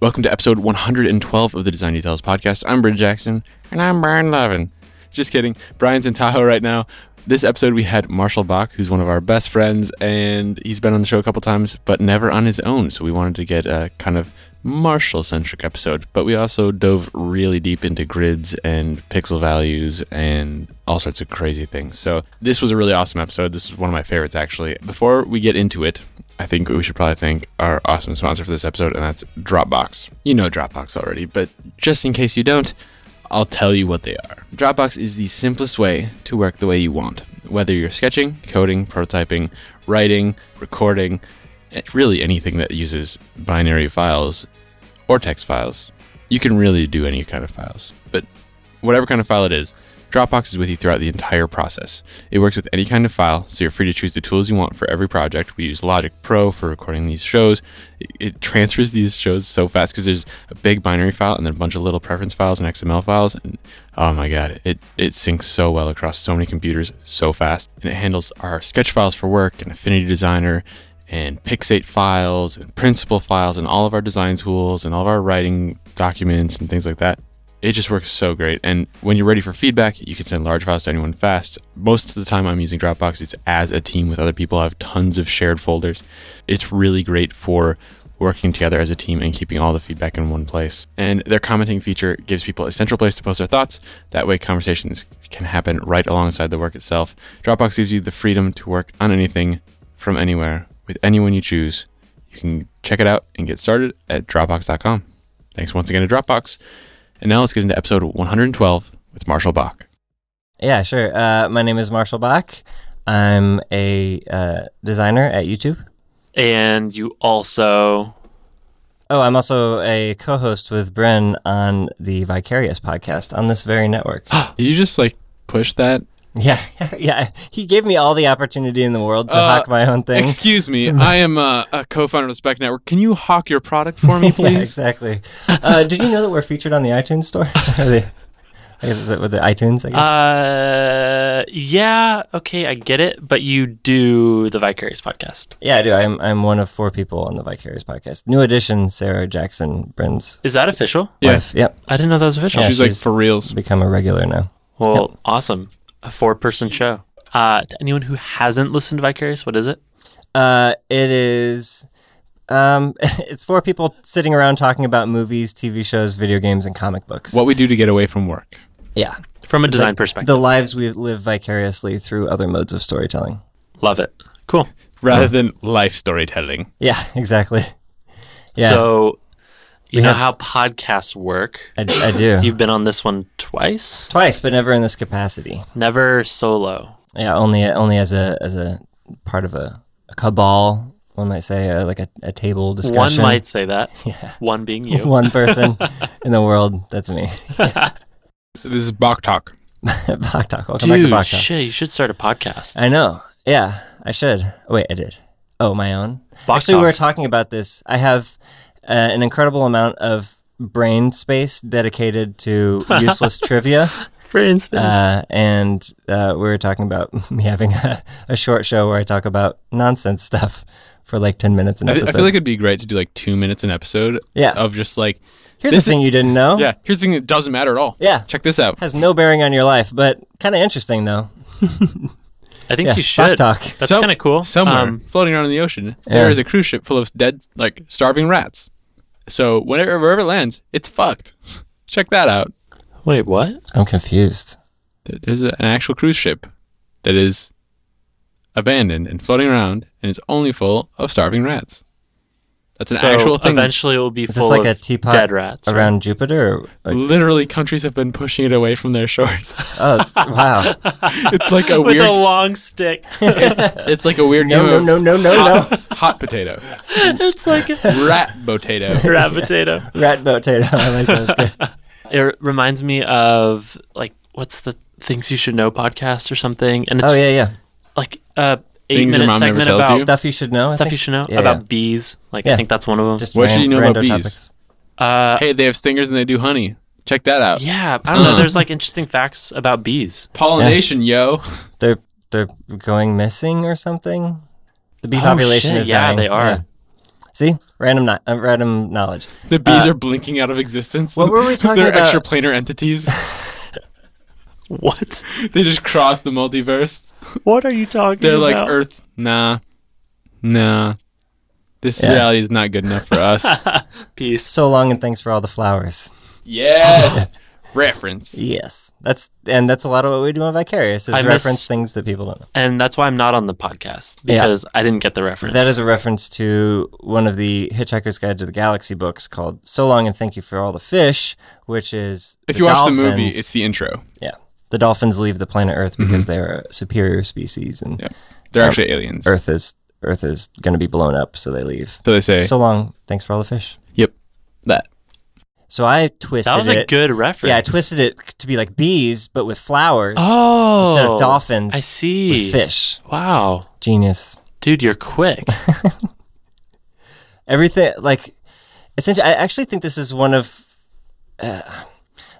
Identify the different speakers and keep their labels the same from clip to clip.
Speaker 1: Welcome to episode 112 of the Design Details Podcast. I'm Bridget Jackson. And I'm Brian Levin. Just kidding. Brian's in Tahoe right now. This episode, we had Marshall Bach, who's one of our best friends, and he's been on the show a couple times, but never on his own. So we wanted to get a kind of Marshall centric episode. But we also dove really deep into grids and pixel values and all sorts of crazy things. So this was a really awesome episode. This is one of my favorites, actually. Before we get into it, I think we should probably thank our awesome sponsor for this episode, and that's Dropbox. You know Dropbox already, but just in case you don't, I'll tell you what they are. Dropbox is the simplest way to work the way you want, whether you're sketching, coding, prototyping, writing, recording, eh, really anything that uses binary files or text files. You can really do any kind of files, but whatever kind of file it is, Dropbox is with you throughout the entire process. It works with any kind of file, so you're free to choose the tools you want for every project. We use Logic Pro for recording these shows. It, it transfers these shows so fast because there's a big binary file and then a bunch of little preference files and XML files. And oh my god, it, it syncs so well across so many computers so fast. And it handles our sketch files for work and Affinity Designer and Pixate files and principal files and all of our design tools and all of our writing documents and things like that it just works so great. And when you're ready for feedback, you can send large files to anyone fast. Most of the time, I'm using Dropbox. It's as a team with other people. I have tons of shared folders. It's really great for working together as a team and keeping all the feedback in one place. And their commenting feature gives people a central place to post their thoughts. That way, conversations can happen right alongside the work itself. Dropbox gives you the freedom to work on anything from anywhere with anyone you choose. You can check it out and get started at Dropbox.com. Thanks once again to Dropbox. And now let's get into episode 112 with Marshall Bach.
Speaker 2: Yeah, sure. Uh, my name is Marshall Bach. I'm a uh, designer at YouTube.
Speaker 3: and you also
Speaker 2: Oh, I'm also a co-host with Bren on the Vicarious podcast on this very network.
Speaker 1: Did you just like push that?
Speaker 2: yeah, yeah. He gave me all the opportunity in the world to
Speaker 1: Uh,
Speaker 2: hack my own thing.
Speaker 1: Excuse me, I am uh, a co-founder of the Spec Network. Can you hawk your product for me,
Speaker 2: yeah,
Speaker 1: please?
Speaker 2: exactly. Uh, did you know that we're featured on the iTunes store? Or the- I guess is it with the iTunes. I guess.
Speaker 3: uh yeah okay i get it but you do the vicarious podcast
Speaker 2: yeah, I do. I'm I'm one of four people on the Vicarious podcast. New addition: Sarah Jackson, Bren's
Speaker 3: is that official
Speaker 1: Yeah.
Speaker 2: wife. Yep,
Speaker 3: i didn't know that was official
Speaker 2: Yeah.
Speaker 1: she's like
Speaker 2: she's-
Speaker 1: for reals.
Speaker 2: become a regular now.
Speaker 3: well awesome a four person show uh to anyone who hasn't listened to vicarious what is it
Speaker 2: Uh, it is. Um, it's four people sitting around talking about movies, TV shows, video games, and comic books.
Speaker 1: What we do to get away from work.
Speaker 2: yeah,
Speaker 3: from a design
Speaker 2: like
Speaker 3: perspective
Speaker 2: the lives we live vicariously through other modes of storytelling.
Speaker 3: love it cool
Speaker 1: Rather than life storytelling.
Speaker 2: Yeah, exactly. Yeah,
Speaker 3: so you
Speaker 2: We
Speaker 3: know
Speaker 2: have-
Speaker 3: how podcasts work
Speaker 2: I, I do
Speaker 3: you've been on this one twice
Speaker 2: twice, but never in this capacity.
Speaker 3: never solo
Speaker 2: Yeah, only only as a as a part of a, a cabal, one might say, uh, like a, a table discussion.
Speaker 3: one might say that
Speaker 2: Yeah.
Speaker 3: one being you
Speaker 2: one person in the world. That's me.
Speaker 1: This is Bach Talk.
Speaker 2: Bach talk. Welcome back to
Speaker 3: dude
Speaker 2: Bach talk.
Speaker 3: shit you should start a podcast
Speaker 2: I know. Yeah, I should. Wait, I did. Oh, my own.
Speaker 3: Box
Speaker 2: Actually, we
Speaker 3: talk.
Speaker 2: were talking about this. I have uh, an incredible amount of brain space dedicated to useless trivia,
Speaker 3: for instance
Speaker 2: uh, and uh, we were talking about me having a, a short show where I talk about nonsense stuff for like ten minutes an
Speaker 1: I,
Speaker 2: episode.
Speaker 1: I feel like it'd be great to do like two minutes an episode
Speaker 2: Yeah.
Speaker 1: of just like,
Speaker 2: Here's the
Speaker 1: this
Speaker 2: thing you didn't know.
Speaker 1: yeah, here's the thing that doesn't matter at all.
Speaker 2: Yeah.
Speaker 1: Check this out.
Speaker 2: Has no bearing on your life, but kind of interesting though.
Speaker 3: I think
Speaker 2: Yeah, Bach
Speaker 3: you should.
Speaker 2: talk.
Speaker 3: That's
Speaker 1: Some-
Speaker 3: kind of cool.
Speaker 1: Somewhere
Speaker 3: Um,
Speaker 1: floating around in the ocean, there
Speaker 2: Yeah.
Speaker 1: is a cruise ship full of dead, like starving rats. So whenever wherever it lands, it's fucked. Check that out.
Speaker 3: wait, what?
Speaker 2: I'm confused.
Speaker 1: There- There's a, an actual cruise ship that is abandoned and floating around, and it's only full of starving rats. That's an
Speaker 3: So
Speaker 1: actual thing.
Speaker 3: Eventually, it will be
Speaker 2: Is
Speaker 3: full
Speaker 2: this like
Speaker 3: of
Speaker 2: a teapot
Speaker 3: dead rats. right?
Speaker 2: around Jupiter? Or, like,
Speaker 1: Literally, countries have been pushing it away from their shores.
Speaker 2: oh wow!
Speaker 1: it's like a
Speaker 3: With
Speaker 1: weird.
Speaker 3: a long stick.
Speaker 1: it's like a weird
Speaker 2: No,
Speaker 1: game
Speaker 2: no,
Speaker 1: of
Speaker 2: no, no, no, no.
Speaker 1: hot, hot potato,
Speaker 3: it's like a
Speaker 1: rat potato.
Speaker 3: rat potato.
Speaker 2: Rat potato. I like that. That's good.
Speaker 3: It r- reminds me of, like, what's the Things You Should Know podcast or something? And it's
Speaker 2: Oh yeah, yeah.
Speaker 3: like a eight
Speaker 1: Things Your
Speaker 3: minute
Speaker 1: Mom Never
Speaker 3: segment
Speaker 1: Tells
Speaker 3: about
Speaker 1: You?
Speaker 3: stuff,
Speaker 2: Stuff you should know. I think.
Speaker 3: you should know
Speaker 2: Yeah,
Speaker 3: about
Speaker 2: yeah.
Speaker 3: bees. Like,
Speaker 2: Yeah.
Speaker 3: I think that's one of them.
Speaker 2: Just
Speaker 1: What should
Speaker 2: ran-
Speaker 1: you know about
Speaker 2: rando
Speaker 1: bees?
Speaker 2: Topics.
Speaker 3: uh,
Speaker 1: Hey, they have stingers and they do honey. Check that out.
Speaker 3: yeah, I don't know.
Speaker 1: Huh.
Speaker 3: There's like interesting facts about bees.
Speaker 1: Pollination, yo.
Speaker 2: They're they're going missing or something. The bee
Speaker 3: Oh,
Speaker 2: population
Speaker 3: shit,
Speaker 2: is
Speaker 3: yeah,
Speaker 2: dying.
Speaker 3: they are.
Speaker 2: See, random, not, uh, random knowledge.
Speaker 1: The bees are blinking out of existence.
Speaker 2: Uh, what were we talking
Speaker 1: They're
Speaker 2: about?
Speaker 1: extraplanar entities.
Speaker 3: What?
Speaker 1: they just cross the multiverse.
Speaker 3: What are you talking
Speaker 1: They're
Speaker 3: about?
Speaker 1: like Earth. Nah, nah. This
Speaker 2: Yeah.
Speaker 1: reality is not good enough for us.
Speaker 3: Peace.
Speaker 2: So long, and thanks for all the flowers.
Speaker 1: yes. Reference.
Speaker 2: Yes, that's and that's a lot of what we do on Vicarious is
Speaker 3: I
Speaker 2: reference
Speaker 3: missed-
Speaker 2: things that people don't know.
Speaker 3: And that's why I'm not on the podcast
Speaker 2: Yeah.
Speaker 3: because I didn't get the reference.
Speaker 2: That is a reference to one of the Hitchhiker's Guide to the Galaxy books called "So Long and Thank You for All the Fish," which is
Speaker 1: If
Speaker 2: the
Speaker 1: you watch
Speaker 2: dolphins,
Speaker 1: the movie, it's the intro.
Speaker 2: yeah. The dolphins leave the planet Earth
Speaker 3: Mm-hmm.
Speaker 2: because they are a superior species, and
Speaker 1: Yeah. They're actually aliens.
Speaker 2: Earth is Earth is going to be blown up, so they leave.
Speaker 1: So they say.
Speaker 2: So long, thanks for all the fish.
Speaker 1: yep. That.
Speaker 2: So I twisted
Speaker 3: that was a
Speaker 2: it.
Speaker 3: good reference.
Speaker 2: yeah, I twisted it to be like bees, but with flowers
Speaker 3: Oh,
Speaker 2: instead of dolphins.
Speaker 3: I see.
Speaker 2: With fish,
Speaker 3: Wow,
Speaker 2: genius.
Speaker 3: dude, you're quick.
Speaker 2: everything like essentially i actually think this is one of uh,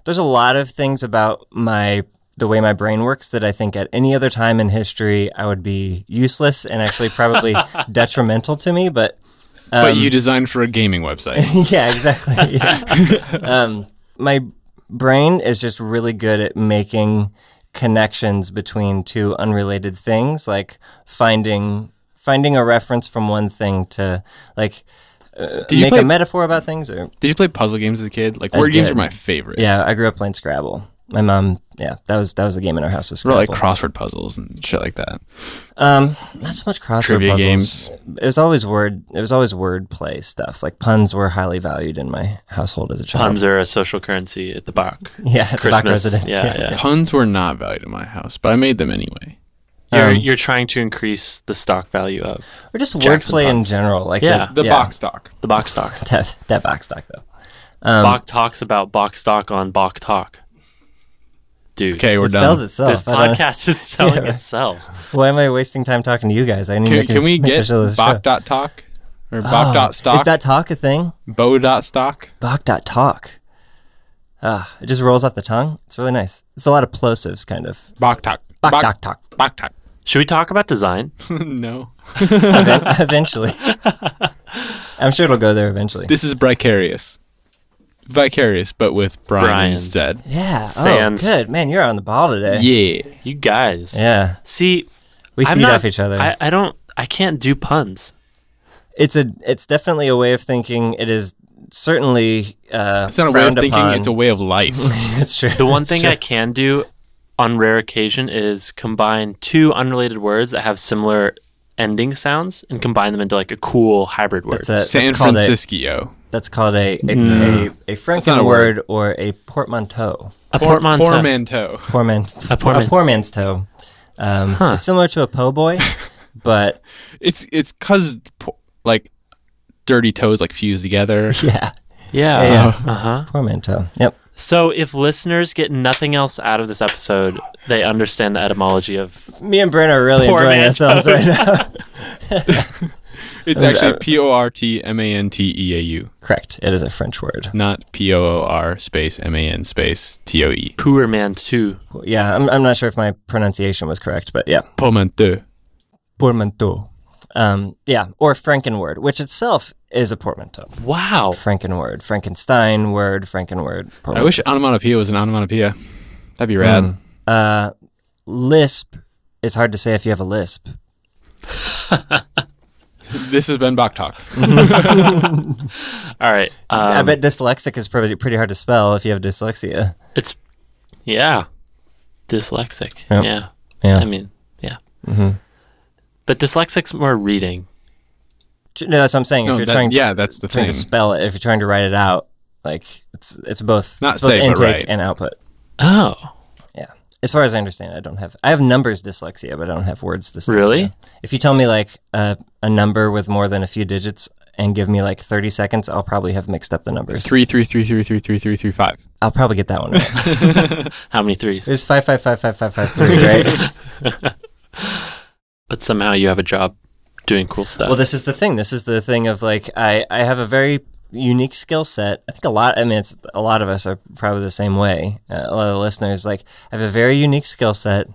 Speaker 2: there's a lot of things about my the way my brain works that i think at any other time in history i would be useless and actually probably detrimental to me but Um,
Speaker 1: but you designed for a gaming website.
Speaker 2: yeah exactly yeah. um, my brain is just really good at making connections between two unrelated things like finding finding a reference from one thing to like uh,
Speaker 1: you
Speaker 2: make
Speaker 1: play-
Speaker 2: a metaphor about things or
Speaker 1: Did you play puzzle games as a kid? Like word games
Speaker 2: did.
Speaker 1: were my favorite.
Speaker 2: Yeah, I grew up playing Scrabble. My mom, yeah, that was that was the game in our house. Was
Speaker 1: Or
Speaker 2: Scrabble.
Speaker 1: like crossword puzzles and shit like that.
Speaker 2: um, not so much crossword
Speaker 1: Trivia
Speaker 2: puzzles.
Speaker 1: games.
Speaker 2: It was always word. It was always word play stuff. Like puns were highly valued in my household as a child.
Speaker 3: Puns are a social currency at the park.
Speaker 2: yeah, at the back
Speaker 3: Christmas.
Speaker 2: residence,
Speaker 3: Yeah, yeah.
Speaker 1: Puns were not valued in my house, but I made them anyway.
Speaker 3: You're,
Speaker 2: Um,
Speaker 3: you're trying to increase the stock value of
Speaker 2: or just word
Speaker 3: Jackson
Speaker 2: play in
Speaker 3: puns.
Speaker 2: general. Like
Speaker 3: Yeah.
Speaker 1: The box stock.
Speaker 3: the box stock.
Speaker 2: that, that box stock though. Um,
Speaker 3: Bach talks about box stock on Bach Talk. Dude,
Speaker 1: Okay, we're
Speaker 2: it
Speaker 1: done.
Speaker 2: sells itself.
Speaker 3: this
Speaker 2: I don't-
Speaker 3: podcast is selling
Speaker 2: right.
Speaker 3: itself.
Speaker 2: Why am I wasting time talking to you guys? I need
Speaker 1: Can,
Speaker 2: to
Speaker 1: can we get
Speaker 2: Bach
Speaker 1: bok.talk or bok.stock?
Speaker 2: Ah, Is that talk a thing?
Speaker 1: bo.stock?
Speaker 2: Bach dot talk. Ah, it just rolls off the tongue. It's really nice. It's a lot of plosives, kind of.
Speaker 1: Bok.talk.
Speaker 2: Bach dot talk.
Speaker 1: Bok.talk.
Speaker 3: Should we talk about design?
Speaker 1: no.
Speaker 2: Ev- eventually. I'm sure it'll go there eventually.
Speaker 1: This is Vicarious. Vicarious, but with Brian,
Speaker 3: Brian.
Speaker 1: instead.
Speaker 2: yeah.
Speaker 3: Sans.
Speaker 2: Oh, good. Man, you're on the ball today.
Speaker 1: Yeah.
Speaker 3: You guys.
Speaker 2: Yeah.
Speaker 3: See,
Speaker 2: We
Speaker 3: I'm
Speaker 2: feed
Speaker 3: not-
Speaker 2: off each other.
Speaker 3: I, I don't. I can't do puns.
Speaker 2: it's a it's definitely a way of thinking. It is certainly uh
Speaker 1: It's not a way of
Speaker 2: frowned
Speaker 1: thinking,
Speaker 2: upon.
Speaker 1: it's a way of life.
Speaker 2: it's true.
Speaker 3: The one thing I can do on rare occasion is combine two unrelated words that have similar ending sounds and combine them into like a cool hybrid word.
Speaker 2: that's, a,
Speaker 1: San
Speaker 2: that's called a
Speaker 1: Francisco.
Speaker 2: that's called a a,
Speaker 3: Mm.
Speaker 2: a, a
Speaker 1: not a
Speaker 2: Franken word or a portmanteau.
Speaker 3: A
Speaker 1: Por-
Speaker 3: portmanteau.
Speaker 1: Portmanteau.
Speaker 2: Poor man.
Speaker 3: A poor man.
Speaker 2: poor man's toe. Um, It's similar to a po' boy, but
Speaker 1: It's it's cause po- like dirty toes like fused together.
Speaker 2: yeah,
Speaker 3: Yeah.
Speaker 2: Yeah,
Speaker 3: Uh huh.
Speaker 2: poor man toe. Yep.
Speaker 3: So if listeners get nothing else out of this episode, they understand the etymology of
Speaker 2: Me and Brent are really
Speaker 3: Poor
Speaker 2: enjoying
Speaker 3: man's
Speaker 2: ourselves right now. Uh,
Speaker 1: It's actually P O R T M A N T E A U,
Speaker 2: Correct. It is a French word.
Speaker 1: not P O O R space M A N space T O E.
Speaker 3: poor man too.
Speaker 2: Yeah, I'm, I'm not sure if my pronunciation was correct, but yeah.
Speaker 1: Portmanteau.
Speaker 2: Portmanteau. Um, yeah, or Frankenword, which itself is a portmanteau.
Speaker 3: Wow.
Speaker 2: Frankenword, Frankenstein word, Frankenword.
Speaker 1: I
Speaker 2: portmanteau.
Speaker 1: wish onomatopoeia was an onomatopoeia. That'd be rad.
Speaker 2: Uh, lisp is hard to say if you have a lisp.
Speaker 1: This has been Bok Talk.
Speaker 3: All right. Um,
Speaker 2: I bet dyslexic is pretty, pretty hard to spell if you have dyslexia.
Speaker 3: It's yeah, dyslexic.
Speaker 2: Yeah.
Speaker 3: Yeah.
Speaker 2: Yeah. Mm-hmm.
Speaker 3: I mean, yeah. But dyslexic's more reading.
Speaker 2: J- No, that's what I'm saying.
Speaker 1: No,
Speaker 2: if you're
Speaker 1: that-
Speaker 2: trying,
Speaker 1: yeah, that's the
Speaker 2: trying
Speaker 1: thing.
Speaker 2: to spell it, if you're trying to write it out, like it's it's both,
Speaker 1: Not
Speaker 2: it's both
Speaker 1: say, but
Speaker 2: intake
Speaker 1: write.
Speaker 2: and output.
Speaker 3: Oh,
Speaker 2: Yeah. As far as I understand, I don't have I have numbers dyslexia, but I don't have words dyslexia.
Speaker 3: Really?
Speaker 2: If you tell me like a a number with more than a few digits and give me like 30 seconds, I'll probably have mixed up the numbers.
Speaker 1: Three three three three three three three three five.
Speaker 2: I'll probably get that one right.
Speaker 3: how many threes?
Speaker 2: There's five five five five five five three, right?
Speaker 3: But somehow you have a job doing cool stuff.
Speaker 2: well, this is the thing. This is the thing of like I I have a very unique skill set. I think a lot I mean it's a lot of us are probably the same way. Uh, a lot of the listeners like I have a very unique skill set.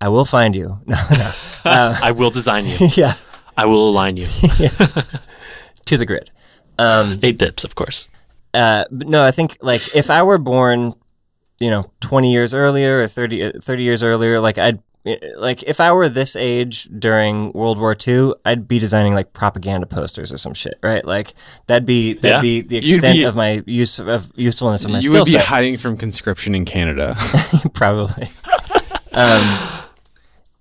Speaker 2: I will find you. No, no.
Speaker 3: I will design you.
Speaker 2: yeah.
Speaker 3: I will align you.
Speaker 2: to the grid. Um,
Speaker 3: Eight dips, of course.
Speaker 2: uh, but no, I think like if I were born, you know, 20 years earlier or 30, uh, 30 years earlier, like I'd eh, like if I were this age during World War II, I'd be designing like propaganda posters or some shit, right? Like that'd be that'd
Speaker 3: Yeah.
Speaker 2: be the
Speaker 1: You'd
Speaker 2: extent
Speaker 1: be-
Speaker 2: of my use of usefulness of my
Speaker 1: you
Speaker 2: skill
Speaker 1: would be
Speaker 2: set.
Speaker 1: hiding from conscription in Canada.
Speaker 2: probably. um,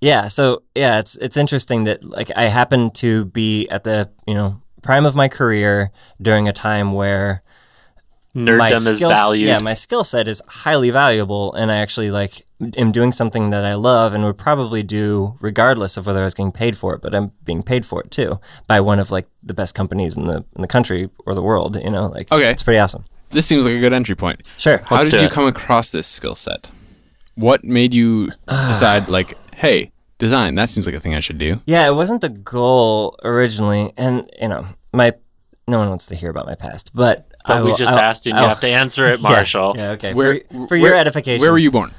Speaker 2: yeah. So yeah, it's it's interesting that like I happen to be at the you know prime of my career during a time where my
Speaker 3: Nerddom is
Speaker 2: skill-
Speaker 3: valued.
Speaker 2: Yeah, my skill set is highly valuable, and I actually like am doing something that I love and would probably do regardless of whether I was getting paid for it. But I'm being paid for it too by one of like the best companies in the in the country or the world. You know, like
Speaker 1: Okay.
Speaker 2: it's pretty awesome.
Speaker 1: this seems like a good entry point.
Speaker 2: Sure.
Speaker 1: How
Speaker 3: Let's
Speaker 1: did
Speaker 3: do
Speaker 1: you
Speaker 3: it.
Speaker 1: come across this skill set? What made you decide, like, hey, design, that seems like a thing I should do?
Speaker 2: Yeah, it wasn't the goal originally, and you know, my no one wants to hear about my past, but,
Speaker 3: But
Speaker 2: I
Speaker 3: we
Speaker 2: will-
Speaker 3: just
Speaker 2: I'll-
Speaker 3: asked you, and
Speaker 2: I'll-
Speaker 3: you have to answer it,
Speaker 2: Yeah,
Speaker 3: Marshall.
Speaker 2: Yeah, okay.
Speaker 1: Where,
Speaker 2: for, for
Speaker 1: where-
Speaker 2: your edification,
Speaker 1: Where were you born?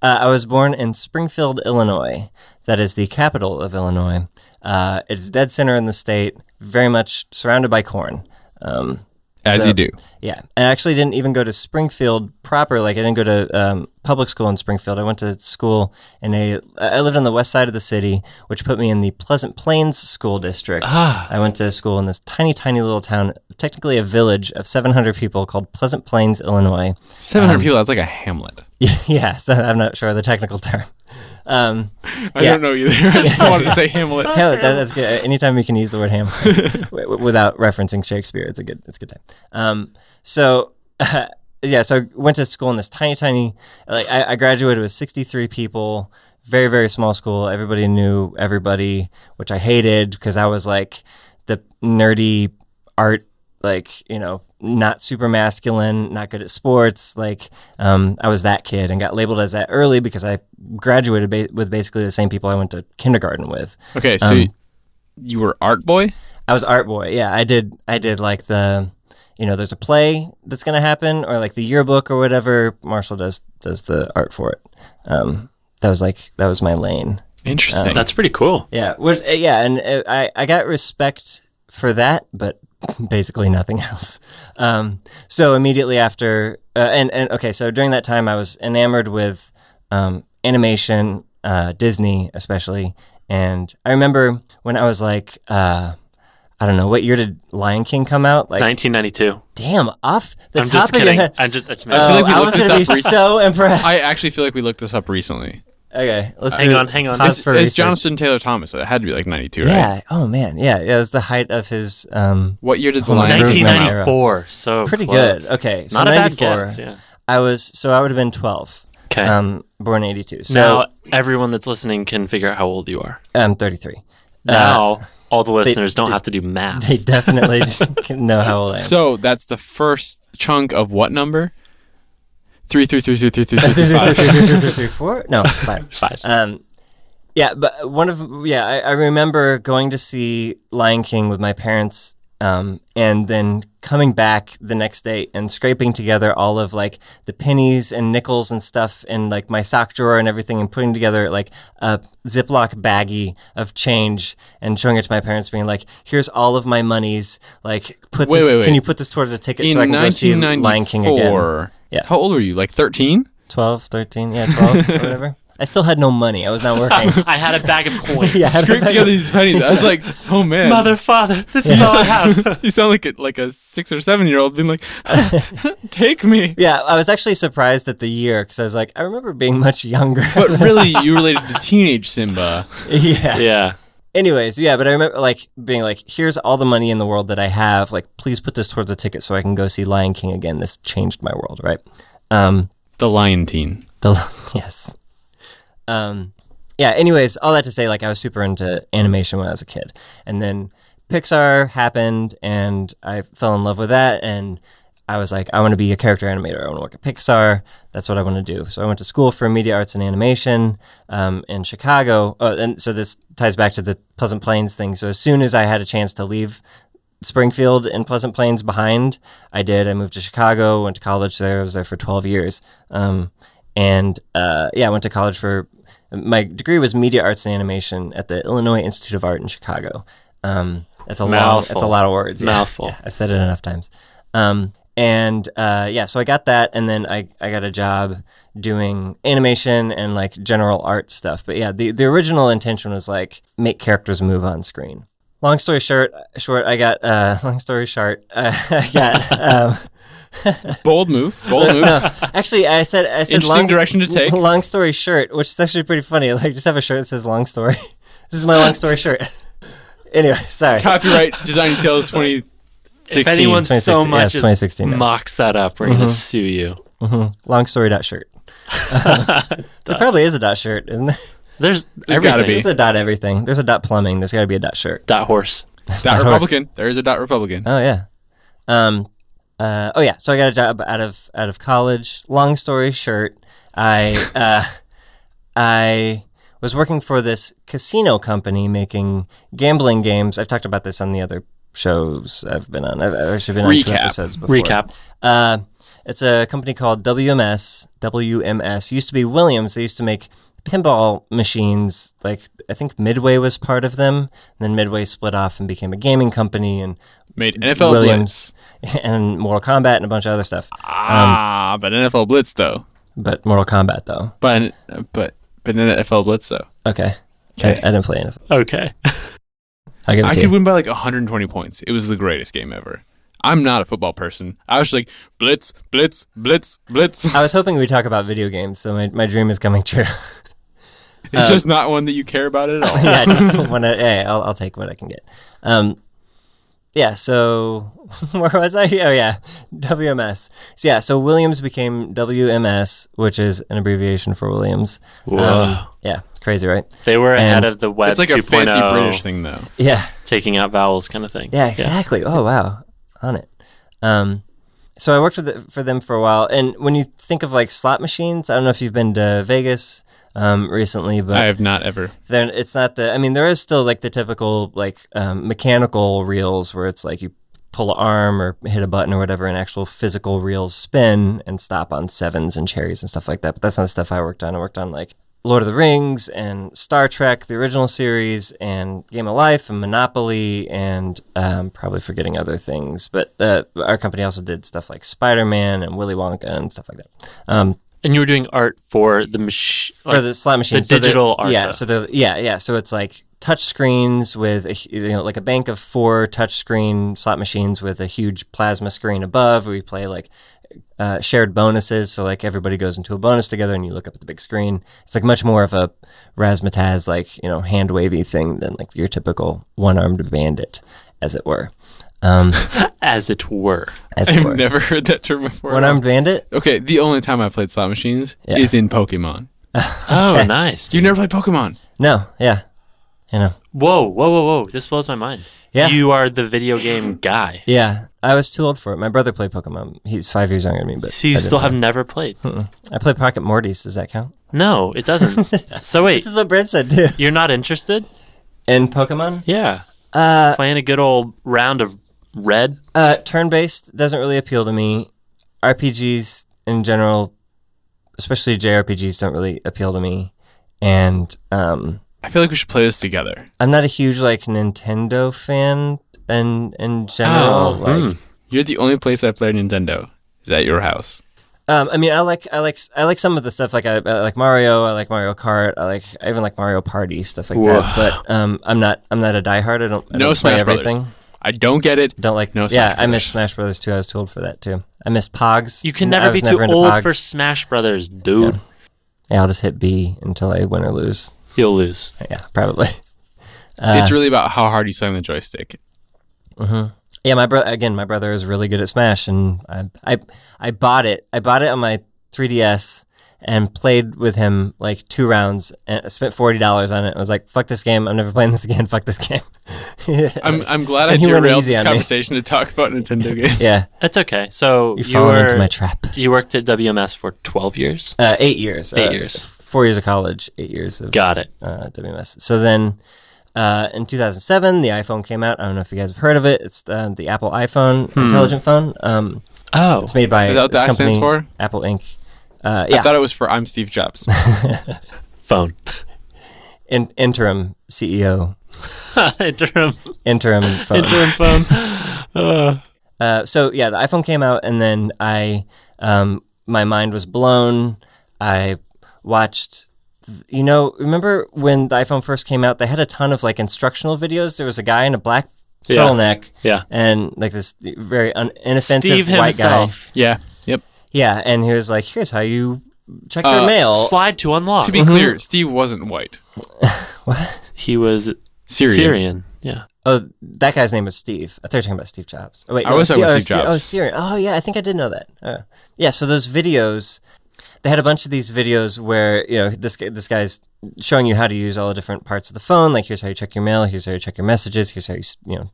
Speaker 2: Uh, I was born in Springfield, Illinois. That is the capital of Illinois. Uh, it's dead center in the state, very much surrounded by corn. Um,
Speaker 1: As
Speaker 2: So-
Speaker 1: you do.
Speaker 2: yeah, I actually didn't even go to Springfield proper. Like I didn't go to um, public school in Springfield. I went to school in a. I lived on the west side of the city, which put me in the Pleasant Plains school district.
Speaker 3: Ah.
Speaker 2: I went to school in this tiny, tiny little town, technically a village of 700 people called Pleasant Plains, Illinois. um,
Speaker 1: 700 people, that's like a hamlet.
Speaker 2: yeah, so I'm not sure of the technical term. Um,
Speaker 1: I
Speaker 2: yeah.
Speaker 1: don't know either. I just wanted to say hamlet.
Speaker 2: Yeah, that, that's good. Anytime we can use the word ham w- w- without referencing Shakespeare, it's a good it's a good time. Um, so yeah, so I went to school in this tiny, tiny. Like I, I graduated with sixty three people, very very small school. Everybody knew everybody, which I hated because I was like the nerdy art, like you know, not super masculine, not good at sports. Like um, I was that kid and got labeled as that early because I graduated ba- with basically the same people I went to kindergarten with.
Speaker 1: Okay, so
Speaker 2: Um,
Speaker 1: you, you were art boy?
Speaker 2: I was art boy. Yeah, I did. I did like the, you know, there's a play that's gonna happen, or like the yearbook or whatever. Marshall does does the art for it. Um, that was like that was my lane.
Speaker 1: Interesting.
Speaker 2: Uh,
Speaker 3: That's pretty cool.
Speaker 2: Yeah. What, uh, yeah, and uh, I I got respect for that, but basically nothing else. Um, so immediately after, uh, and and okay, so during that time, I was enamored with um, animation, uh, Disney especially, and I remember when I was like. Uh, I don't know what year did Lion King come out? Like,
Speaker 3: 1992.
Speaker 2: damn, off the
Speaker 3: I'm
Speaker 2: top
Speaker 3: just
Speaker 2: of your
Speaker 3: kidding.
Speaker 2: head.
Speaker 3: I'm just, I just
Speaker 1: feel
Speaker 2: Oh,
Speaker 1: like we
Speaker 2: I was
Speaker 1: looked this
Speaker 2: gonna be
Speaker 1: up recent-
Speaker 2: so impressed.
Speaker 1: I actually feel like we looked this up recently.
Speaker 2: okay, let's
Speaker 3: Hang
Speaker 2: do-
Speaker 3: on, hang on.
Speaker 2: pause
Speaker 3: It's-
Speaker 2: for
Speaker 1: it's
Speaker 2: research.
Speaker 1: Jonathan Taylor Thomas, so it had to be like 92, right?
Speaker 2: Yeah. Oh man. Yeah. Yeah. It was the height of his. Um,
Speaker 1: What year did the
Speaker 2: Hold on,
Speaker 1: Lion King come out?
Speaker 2: 1990.
Speaker 3: 1994. So
Speaker 2: Pretty
Speaker 3: close.
Speaker 2: good. Okay, so
Speaker 3: Not a bad
Speaker 2: 94.
Speaker 3: guess. Yeah.
Speaker 2: I was so I would have been twelve.
Speaker 3: Okay.
Speaker 2: Um, born eighty two. So um,
Speaker 3: now everyone that's listening can figure out how old you are.
Speaker 2: I'm thirty three.
Speaker 3: Now all the listeners don't have to do math.
Speaker 2: Uh, They definitely can know how old I am.
Speaker 1: So that's the first chunk of what number? Three, three, three, three, three, three, three, three, five.
Speaker 2: Three, four? No, five.
Speaker 3: Five.
Speaker 2: Um, yeah, but one of yeah, I, I remember going to see Lion King with my parents, um, and then coming back the next day and scraping together all of like the pennies and nickels and stuff in like my sock drawer and everything, and putting together like a Ziploc baggie of change and showing it to my parents, being like, "Here's all of my monies. Like, put
Speaker 1: Wait,
Speaker 2: this.
Speaker 1: wait, wait.
Speaker 2: Can you put this towards a ticket
Speaker 1: In
Speaker 2: so I can go see Lion King again?"
Speaker 1: 1994.
Speaker 2: Yeah.
Speaker 1: How old were you? Like 13?
Speaker 2: 12, 13, yeah, 12 or whatever. I still had no money. I was not working.
Speaker 3: I had a bag of coins.
Speaker 2: Yeah, I had a
Speaker 1: Scrape
Speaker 2: bag
Speaker 1: together these pennies. I was like, oh man.
Speaker 3: Mother, father, this is all I have.
Speaker 1: you sound like a, like a six or seven year old being like, take me.
Speaker 2: Yeah, I was actually surprised at the year because I was like, I remember being much younger.
Speaker 1: But really, you related to teenage Simba.
Speaker 2: yeah.
Speaker 3: Yeah.
Speaker 2: Anyways, yeah, but I remember like being like, here's all the money in the world that I have. Like, please put this towards a ticket so I can go see Lion King again. This changed my world, right? Um,
Speaker 1: The Lion Teen.
Speaker 2: the yes. Um, yeah. Anyways, all that to say, like, I was super into animation when I was a kid, and then Pixar happened, and I fell in love with that, and I was like, I want to be a character animator. I want to work at Pixar. That's what I want to do. So I went to school for media arts and animation um, in Chicago. Oh, and so this ties back to the Pleasant Plains thing. So as soon as I had a chance to leave Springfield and Pleasant Plains behind. I did. I moved to Chicago, went to college there. I was there for 12 years. Um, and uh, yeah, I went to college for my degree was media arts and animation at the Illinois Institute of Art in Chicago. Um, That's a long, that's a
Speaker 3: Mouthful.
Speaker 2: lot of words. yeah.
Speaker 3: Mouthful.
Speaker 2: Yeah, I've said it enough times. Um, and uh, yeah, so I got that, and then I, I got a job doing animation and like general art stuff. But yeah, the, the original intention was like make characters move on screen. Long story short, short I got uh, long story short, uh, I got um,
Speaker 1: Bold move. Bold move.
Speaker 2: actually I said I said
Speaker 1: Interesting
Speaker 2: long
Speaker 1: direction to take.
Speaker 2: Long story short, which is actually pretty funny. Like just have a shirt that says long story. this is my long story shirt. anyway, sorry.
Speaker 1: Copyright Design Details 2016.
Speaker 3: If anyone so
Speaker 2: 2016, yeah, Mm-hmm. it's
Speaker 3: much as
Speaker 2: 2016 now.
Speaker 3: mocks that up, we're gonna sue you.
Speaker 2: Long story dot shirt. there probably is a dot shirt, isn't there?
Speaker 3: There's,
Speaker 1: There's gotta
Speaker 3: everything.
Speaker 1: be.
Speaker 2: There's a dot everything. There's a dot plumbing. There's got to be a dot shirt.
Speaker 3: dot horse.
Speaker 1: dot Republican. There is a dot Republican.
Speaker 2: Oh yeah. Um. Uh. Oh yeah. So I got a job out of out of college. Long story short, I uh, I was working for this casino company making gambling games. I've talked about this on the other shows I've been on. I've actually been on two
Speaker 1: Recap.
Speaker 2: episodes before.
Speaker 3: Recap.
Speaker 2: Uh, it's a company called WMS. WMS used to be Williams. They used to make pinball machines. Like I think Midway was part of them. And then Midway split off and became a gaming company. And
Speaker 1: Made NFL
Speaker 2: Williams
Speaker 1: Blitz.
Speaker 2: and Mortal Kombat and a bunch of other stuff.
Speaker 1: Ah,
Speaker 2: Um,
Speaker 1: but NFL Blitz though.
Speaker 2: But Mortal Kombat though.
Speaker 1: But but but NFL Blitz though.
Speaker 2: Okay. I, I
Speaker 1: 'Kay.
Speaker 2: didn't play enough.
Speaker 3: Okay.
Speaker 2: I'll give it
Speaker 1: I
Speaker 2: to
Speaker 1: could
Speaker 2: you.
Speaker 1: win by like 120 points. It was the greatest game ever. I'm not a football person. I was just like blitz, blitz, blitz, blitz. It's
Speaker 2: I was hoping we'd talk about video games, so my, my dream is coming true.
Speaker 1: just not one that you care about at all.
Speaker 2: yeah, just when I, hey, I'll, I'll take what I can get. Um, yeah, so where was I? Oh, yeah, WMS. So, yeah, so Williams became WMS, which is an abbreviation for Williams. Whoa. yeah, crazy, right?
Speaker 3: They were ahead
Speaker 2: And
Speaker 3: of the web.
Speaker 1: It's like a
Speaker 3: 2.0,
Speaker 1: fancy British thing though.
Speaker 2: Yeah.
Speaker 3: taking out vowels kind of thing.
Speaker 2: Yeah, exactly. Oh wow, on it. Um, so I worked with the, for them for a while, and when you think of like slot machines, I don't know if you've been to Vegas um, recently,
Speaker 1: I
Speaker 2: but
Speaker 1: have not ever.
Speaker 2: then it's not the. I mean, there is still like the typical like um, mechanical reels where it's like you pull an arm or hit a button or whatever, and actual physical reels spin and stop on sevens and cherries and stuff like that. But that's not the stuff I worked on. I worked on like. Lord of the Rings and Star Trek, the original series, and Game of Life and Monopoly, and um, probably forgetting other things. But uh, our company also did stuff like Spider Man and Willy Wonka and stuff like that. Um,
Speaker 3: And you were doing art for the machine.
Speaker 2: for the slot machine,
Speaker 3: the
Speaker 2: so they're-
Speaker 3: digital art,
Speaker 2: Yeah,
Speaker 3: though.
Speaker 2: so they're yeah, yeah. So it's like touch screens with a, hu- you know like a bank of four touch screen slot machines with a huge plasma screen above where you play like uh, shared bonuses. So like everybody goes into a bonus together and you look up at the big screen. It's like much more of a razzmatazz like you know hand wavy thing than like your typical one armed bandit, as it were. Um,
Speaker 3: as it were.
Speaker 2: as it
Speaker 1: I've
Speaker 2: were.
Speaker 1: never heard that term before.
Speaker 2: one armed bandit?
Speaker 1: okay, the only time I played slot machines
Speaker 2: Yeah.
Speaker 1: is in Pokemon.
Speaker 3: Oh, nice.
Speaker 1: You never played Pokemon.
Speaker 2: No, yeah, you know.
Speaker 3: Whoa, whoa, whoa, whoa. This blows my mind.
Speaker 2: Yeah.
Speaker 3: You are the video game guy.
Speaker 2: Yeah, I was too old for it. My brother played Pokemon. He's five years younger than me, but
Speaker 3: So you
Speaker 2: I didn't Hmm.
Speaker 3: still
Speaker 2: play.
Speaker 3: have never played?
Speaker 2: I played Pocket Mortys. Does that count?
Speaker 3: No, it doesn't. so wait,
Speaker 2: This is what Brent said too.
Speaker 3: you're not interested?
Speaker 2: In Pokemon,
Speaker 3: Yeah.
Speaker 2: uh,
Speaker 3: Playing a good old round of red?
Speaker 2: uh, turn-based doesn't really appeal to me. RPGs in general, especially JRPGs, don't really appeal to me. And um,
Speaker 1: I feel like we should play this together.
Speaker 2: I'm not a huge like Nintendo fan. And in general,
Speaker 1: Oh,
Speaker 2: like
Speaker 1: You're the only place I play Nintendo. Is at your house.
Speaker 2: Um, I mean, I like I like I like some of the stuff like I, I like Mario, I like Mario Kart, I like I even like Mario Party stuff like that. But um, I'm not I'm not a diehard. I don't I
Speaker 1: No
Speaker 2: don't play
Speaker 1: Smash Brothers.
Speaker 2: everything.
Speaker 1: I don't get it.
Speaker 2: Don't like
Speaker 1: No
Speaker 2: Yeah,
Speaker 1: Smash
Speaker 2: I miss
Speaker 1: Brothers.
Speaker 2: Smash Brothers too. I was too old for that too. I miss Pogs.
Speaker 3: You can
Speaker 2: N- I
Speaker 3: never be
Speaker 2: was
Speaker 3: too
Speaker 2: into
Speaker 3: old
Speaker 2: Pogs.
Speaker 3: for Smash Brothers, dude.
Speaker 2: Yeah, I'll just hit B until I win or lose.
Speaker 3: You'll lose.
Speaker 2: Yeah, probably.
Speaker 1: it's really about how hard you slam the joystick.
Speaker 2: Yeah, my brother again. My brother is really good at Smash, and I, I I bought it. I bought it on my 3DS and played with him like two rounds and I spent forty dollars on it. I was like, "Fuck this game! I'm never playing this again. Fuck this game."
Speaker 1: I'm I'm glad I
Speaker 2: And he went
Speaker 1: derailed
Speaker 2: easy
Speaker 1: this
Speaker 2: on me.
Speaker 1: conversation to talk about Nintendo games.
Speaker 2: yeah,
Speaker 3: That's okay. So
Speaker 2: you
Speaker 3: you,
Speaker 2: fall
Speaker 3: were,
Speaker 2: into my trap.
Speaker 3: you worked at WMS for 12 years?
Speaker 2: Uh, eight years.
Speaker 3: Eight
Speaker 2: uh,
Speaker 3: years.
Speaker 2: Four years of college. Eight years of
Speaker 3: Got it.
Speaker 2: uh, WMS. So then uh, in 2007, the iPhone came out. I don't know if you guys have heard of it. It's uh, the Apple iPhone intelligent phone. Um,
Speaker 3: Oh.
Speaker 2: it's made by
Speaker 1: Hmm. Is that what
Speaker 2: this
Speaker 1: the I
Speaker 2: company,
Speaker 1: stands for?
Speaker 2: Apple Inc. Uh,
Speaker 1: I
Speaker 2: yeah,
Speaker 1: thought it was for I'm Steve Jobs.
Speaker 3: Phone.
Speaker 2: in- interim CEO.
Speaker 3: interim
Speaker 2: interim phone.
Speaker 3: interim phone. Uh,
Speaker 2: Uh, so yeah, the iPhone came out, and then I, um, my mind was blown. I watched, th- you know, remember when the iPhone first came out? They had a ton of like instructional videos. There was a guy in a black
Speaker 3: Yeah.
Speaker 2: turtleneck
Speaker 3: yeah.
Speaker 2: and like this very un- inoffensive
Speaker 3: Steve
Speaker 2: white
Speaker 3: himself.
Speaker 1: Yeah. Yep.
Speaker 2: guy. Yeah, and he was like, "Here's how you check your
Speaker 1: Uh,
Speaker 2: mail."
Speaker 3: Slide to unlock.
Speaker 1: To
Speaker 2: Mm-hmm.
Speaker 1: be clear, Steve wasn't white.
Speaker 3: he was
Speaker 1: Syrian.
Speaker 3: Syrian. Yeah.
Speaker 2: Oh, that guy's name was Steve. I thought you were talking about Steve Jobs. Oh, wait,
Speaker 1: I was talking about
Speaker 2: oh,
Speaker 1: Steve
Speaker 2: Oh,
Speaker 1: Jobs.
Speaker 2: Syrian. Oh, yeah, I think I did know that. Uh, yeah, so those videos, they had a bunch of these videos where you know this guy- this guy's showing you how to use all the different parts of the phone. Like here's how you check your mail. Here's how you check your messages. Here's how you s- you know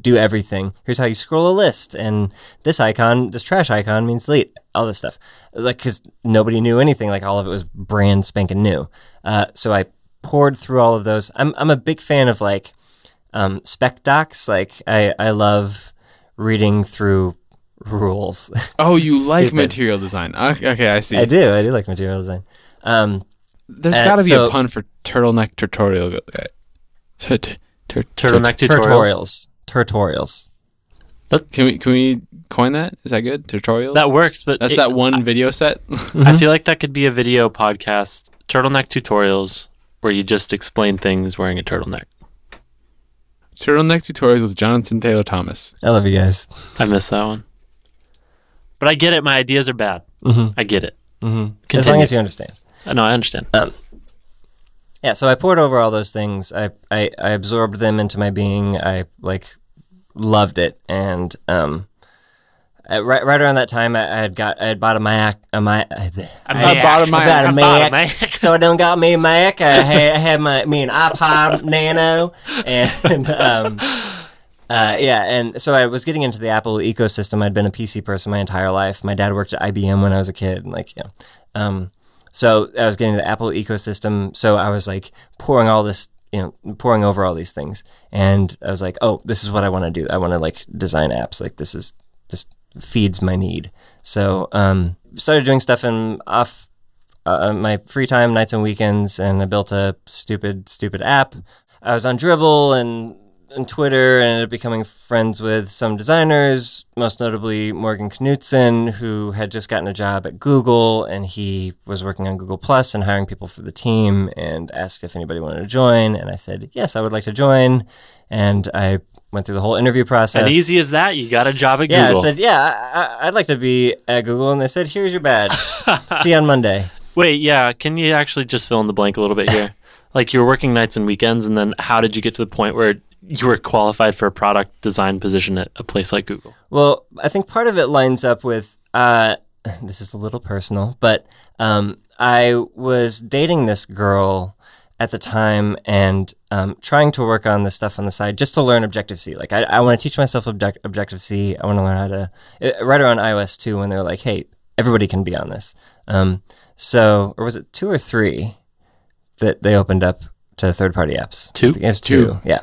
Speaker 2: do everything. Here's how you scroll a list. And this icon, this trash icon, means delete. All this stuff, like because nobody knew anything. Like all of it was brand spanking new. Uh, so I poured through all of those. I'm I'm a big fan of like um, spec docs. Like I, I love reading through rules.
Speaker 1: Oh, you like
Speaker 2: Stupid.
Speaker 1: material design. Okay, okay, I see.
Speaker 2: I do. I do like material design. Um,
Speaker 1: There's
Speaker 2: Uh,
Speaker 1: got to be
Speaker 2: so-
Speaker 1: a pun for turtleneck tutorial. uh, guy. Tur- tur-
Speaker 3: Turtleneck tutorials.
Speaker 2: tutorials. Tutorials.
Speaker 1: Can we can we coin that? Is that good? Tutorials.
Speaker 3: That works, but
Speaker 1: That's
Speaker 3: it-
Speaker 1: that one video set.
Speaker 2: Mm-hmm.
Speaker 3: I feel like that could be a video podcast. Turtleneck tutorials where you just explain things wearing a turtleneck.
Speaker 1: turtleneck tutorials with Jonathan Taylor Thomas.
Speaker 2: I love you guys.
Speaker 3: I missed that one. But I get it. My ideas are bad. I get it. Mm-hmm.
Speaker 2: As long as you understand.
Speaker 3: no, I understand.
Speaker 2: Yeah. So I poured over all those things. I, I, I absorbed them into my being. I like loved it. And, um, uh, right, right around that time, I, I had got, I had bought a Mac, a Mac,
Speaker 1: I bought a
Speaker 2: I got a
Speaker 1: Mac.
Speaker 2: Mac.
Speaker 3: bought a Mac.
Speaker 2: so I done got me a Mac. I had, I had my me an iPod Nano, and um, uh, yeah, and so I was getting into the Apple ecosystem. I'd been a PC person my entire life. My dad worked at IBM when I was a kid, and like, yeah. Um, so I was getting into the Apple ecosystem. So I was like pouring all this, you know, pouring over all these things, and I was like, oh, this is what I want to do. I want to like design apps. Like this is this feeds my need. So um, started doing stuff in off uh, my free time, nights and weekends, and I built a stupid, stupid app. I was on Dribble and and Twitter, and ended up becoming friends with some designers, most notably Morgan Knudsen, who had just gotten a job at Google, and he was working on Google Plus and hiring people for the team, and asked if anybody wanted to join, and I said yes, I would like to join, and I went through the whole interview process.
Speaker 3: And easy as that, you got a job at
Speaker 2: Yeah,
Speaker 3: Google.
Speaker 2: I said, yeah, I- I- I'd like to be at Google. And they said, here's your badge. See you on Monday.
Speaker 3: Wait, yeah. Can you actually just fill in the blank a little bit here? like you were working nights and weekends, and then how did you get to the point where you were qualified for a product design position at a place like Google?
Speaker 2: Well, I think part of it lines up with uh, this is a little personal, but um, I was dating this girl at the time and um, trying to work on this stuff on the side just to learn Objective C. Like, I, I want to teach myself Object- Objective C. I want to learn how to, uh, right around iOS 2 when they're like, hey, everybody can be on this. Um, so, or was it two or three that they opened up to third party apps?
Speaker 3: Two?
Speaker 2: I think it's two. Yeah.